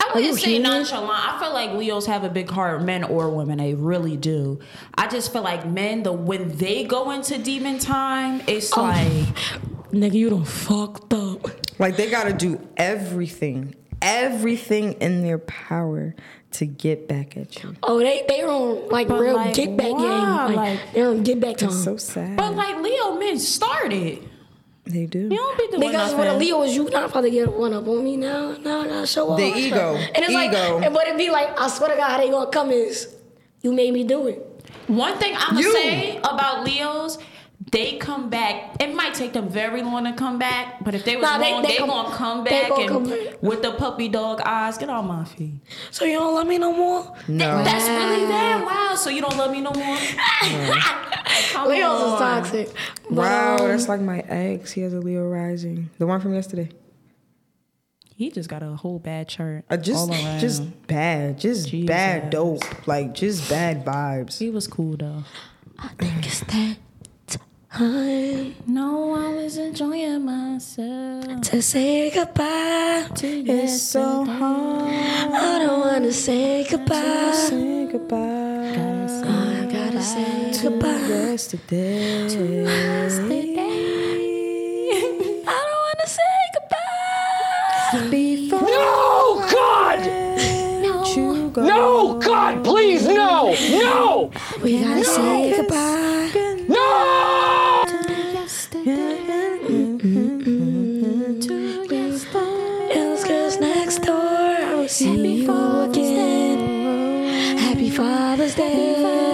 [SPEAKER 6] Are you
[SPEAKER 4] wouldn't say
[SPEAKER 6] human?
[SPEAKER 4] nonchalant. I feel like Leos have a big heart, men or women. They really do. I just feel like men, the when they go into demon time, it's
[SPEAKER 6] Oh.
[SPEAKER 4] like
[SPEAKER 6] nigga, you don't fucked up.
[SPEAKER 5] Like they gotta do everything, everything in their power to get back at you.
[SPEAKER 6] Oh, they they on like
[SPEAKER 4] But,
[SPEAKER 6] real
[SPEAKER 4] like,
[SPEAKER 6] get back
[SPEAKER 4] why?
[SPEAKER 6] game. Like,
[SPEAKER 4] Like-
[SPEAKER 6] they're on get back time.
[SPEAKER 5] So sad.
[SPEAKER 4] But like Leo men started.
[SPEAKER 5] they do.
[SPEAKER 4] You don't be doing
[SPEAKER 6] because
[SPEAKER 4] nothing.
[SPEAKER 6] when a Leo is you not about to get one up on me now, now, now, show off.
[SPEAKER 5] The ego.
[SPEAKER 6] And it's like,
[SPEAKER 5] Ego.
[SPEAKER 6] and but it be like, I swear to God, how they gonna come is, you made me do it.
[SPEAKER 4] One thing I'm gonna
[SPEAKER 5] You.
[SPEAKER 4] say about Leos, they come back. It might take them very long to come back, but if they was
[SPEAKER 6] Nah, they-
[SPEAKER 4] wrong,
[SPEAKER 6] they
[SPEAKER 4] they,
[SPEAKER 6] come-
[SPEAKER 4] gonna come
[SPEAKER 6] they
[SPEAKER 4] back
[SPEAKER 6] gonna
[SPEAKER 4] and
[SPEAKER 6] come back.
[SPEAKER 4] with the puppy dog eyes. Get on my feet.
[SPEAKER 6] So you don't love me no more.
[SPEAKER 5] No.
[SPEAKER 4] That's really that. Wow. So you don't love me no more? Come
[SPEAKER 6] Leo's
[SPEAKER 4] on.
[SPEAKER 6] is toxic. But,
[SPEAKER 5] Wow,
[SPEAKER 6] um,
[SPEAKER 5] that's like my ex. He has a Leo rising. The one from yesterday.
[SPEAKER 4] He just got a whole bad chart.
[SPEAKER 5] Uh, just,
[SPEAKER 4] all
[SPEAKER 5] [laughs]
[SPEAKER 4] around.
[SPEAKER 5] just bad, just bad
[SPEAKER 4] Jesus.
[SPEAKER 5] dope, like just bad vibes.
[SPEAKER 4] He was cool though.
[SPEAKER 6] I think it's that time
[SPEAKER 4] No, I was enjoying myself.
[SPEAKER 6] to say goodbye.
[SPEAKER 5] It's so
[SPEAKER 4] [laughs]
[SPEAKER 5] hard.
[SPEAKER 6] I don't wanna say goodbye.
[SPEAKER 5] Say goodbye.
[SPEAKER 6] I gotta say goodbye.
[SPEAKER 5] Yesterday.
[SPEAKER 6] [laughs] I don't wanna say goodbye.
[SPEAKER 5] Before
[SPEAKER 2] No, God!
[SPEAKER 5] you go.
[SPEAKER 2] No, God, please, no! No!
[SPEAKER 6] We gotta say goodbye.
[SPEAKER 2] No!
[SPEAKER 6] It's girls next door. I will see you again. Happy Father's Day. uh,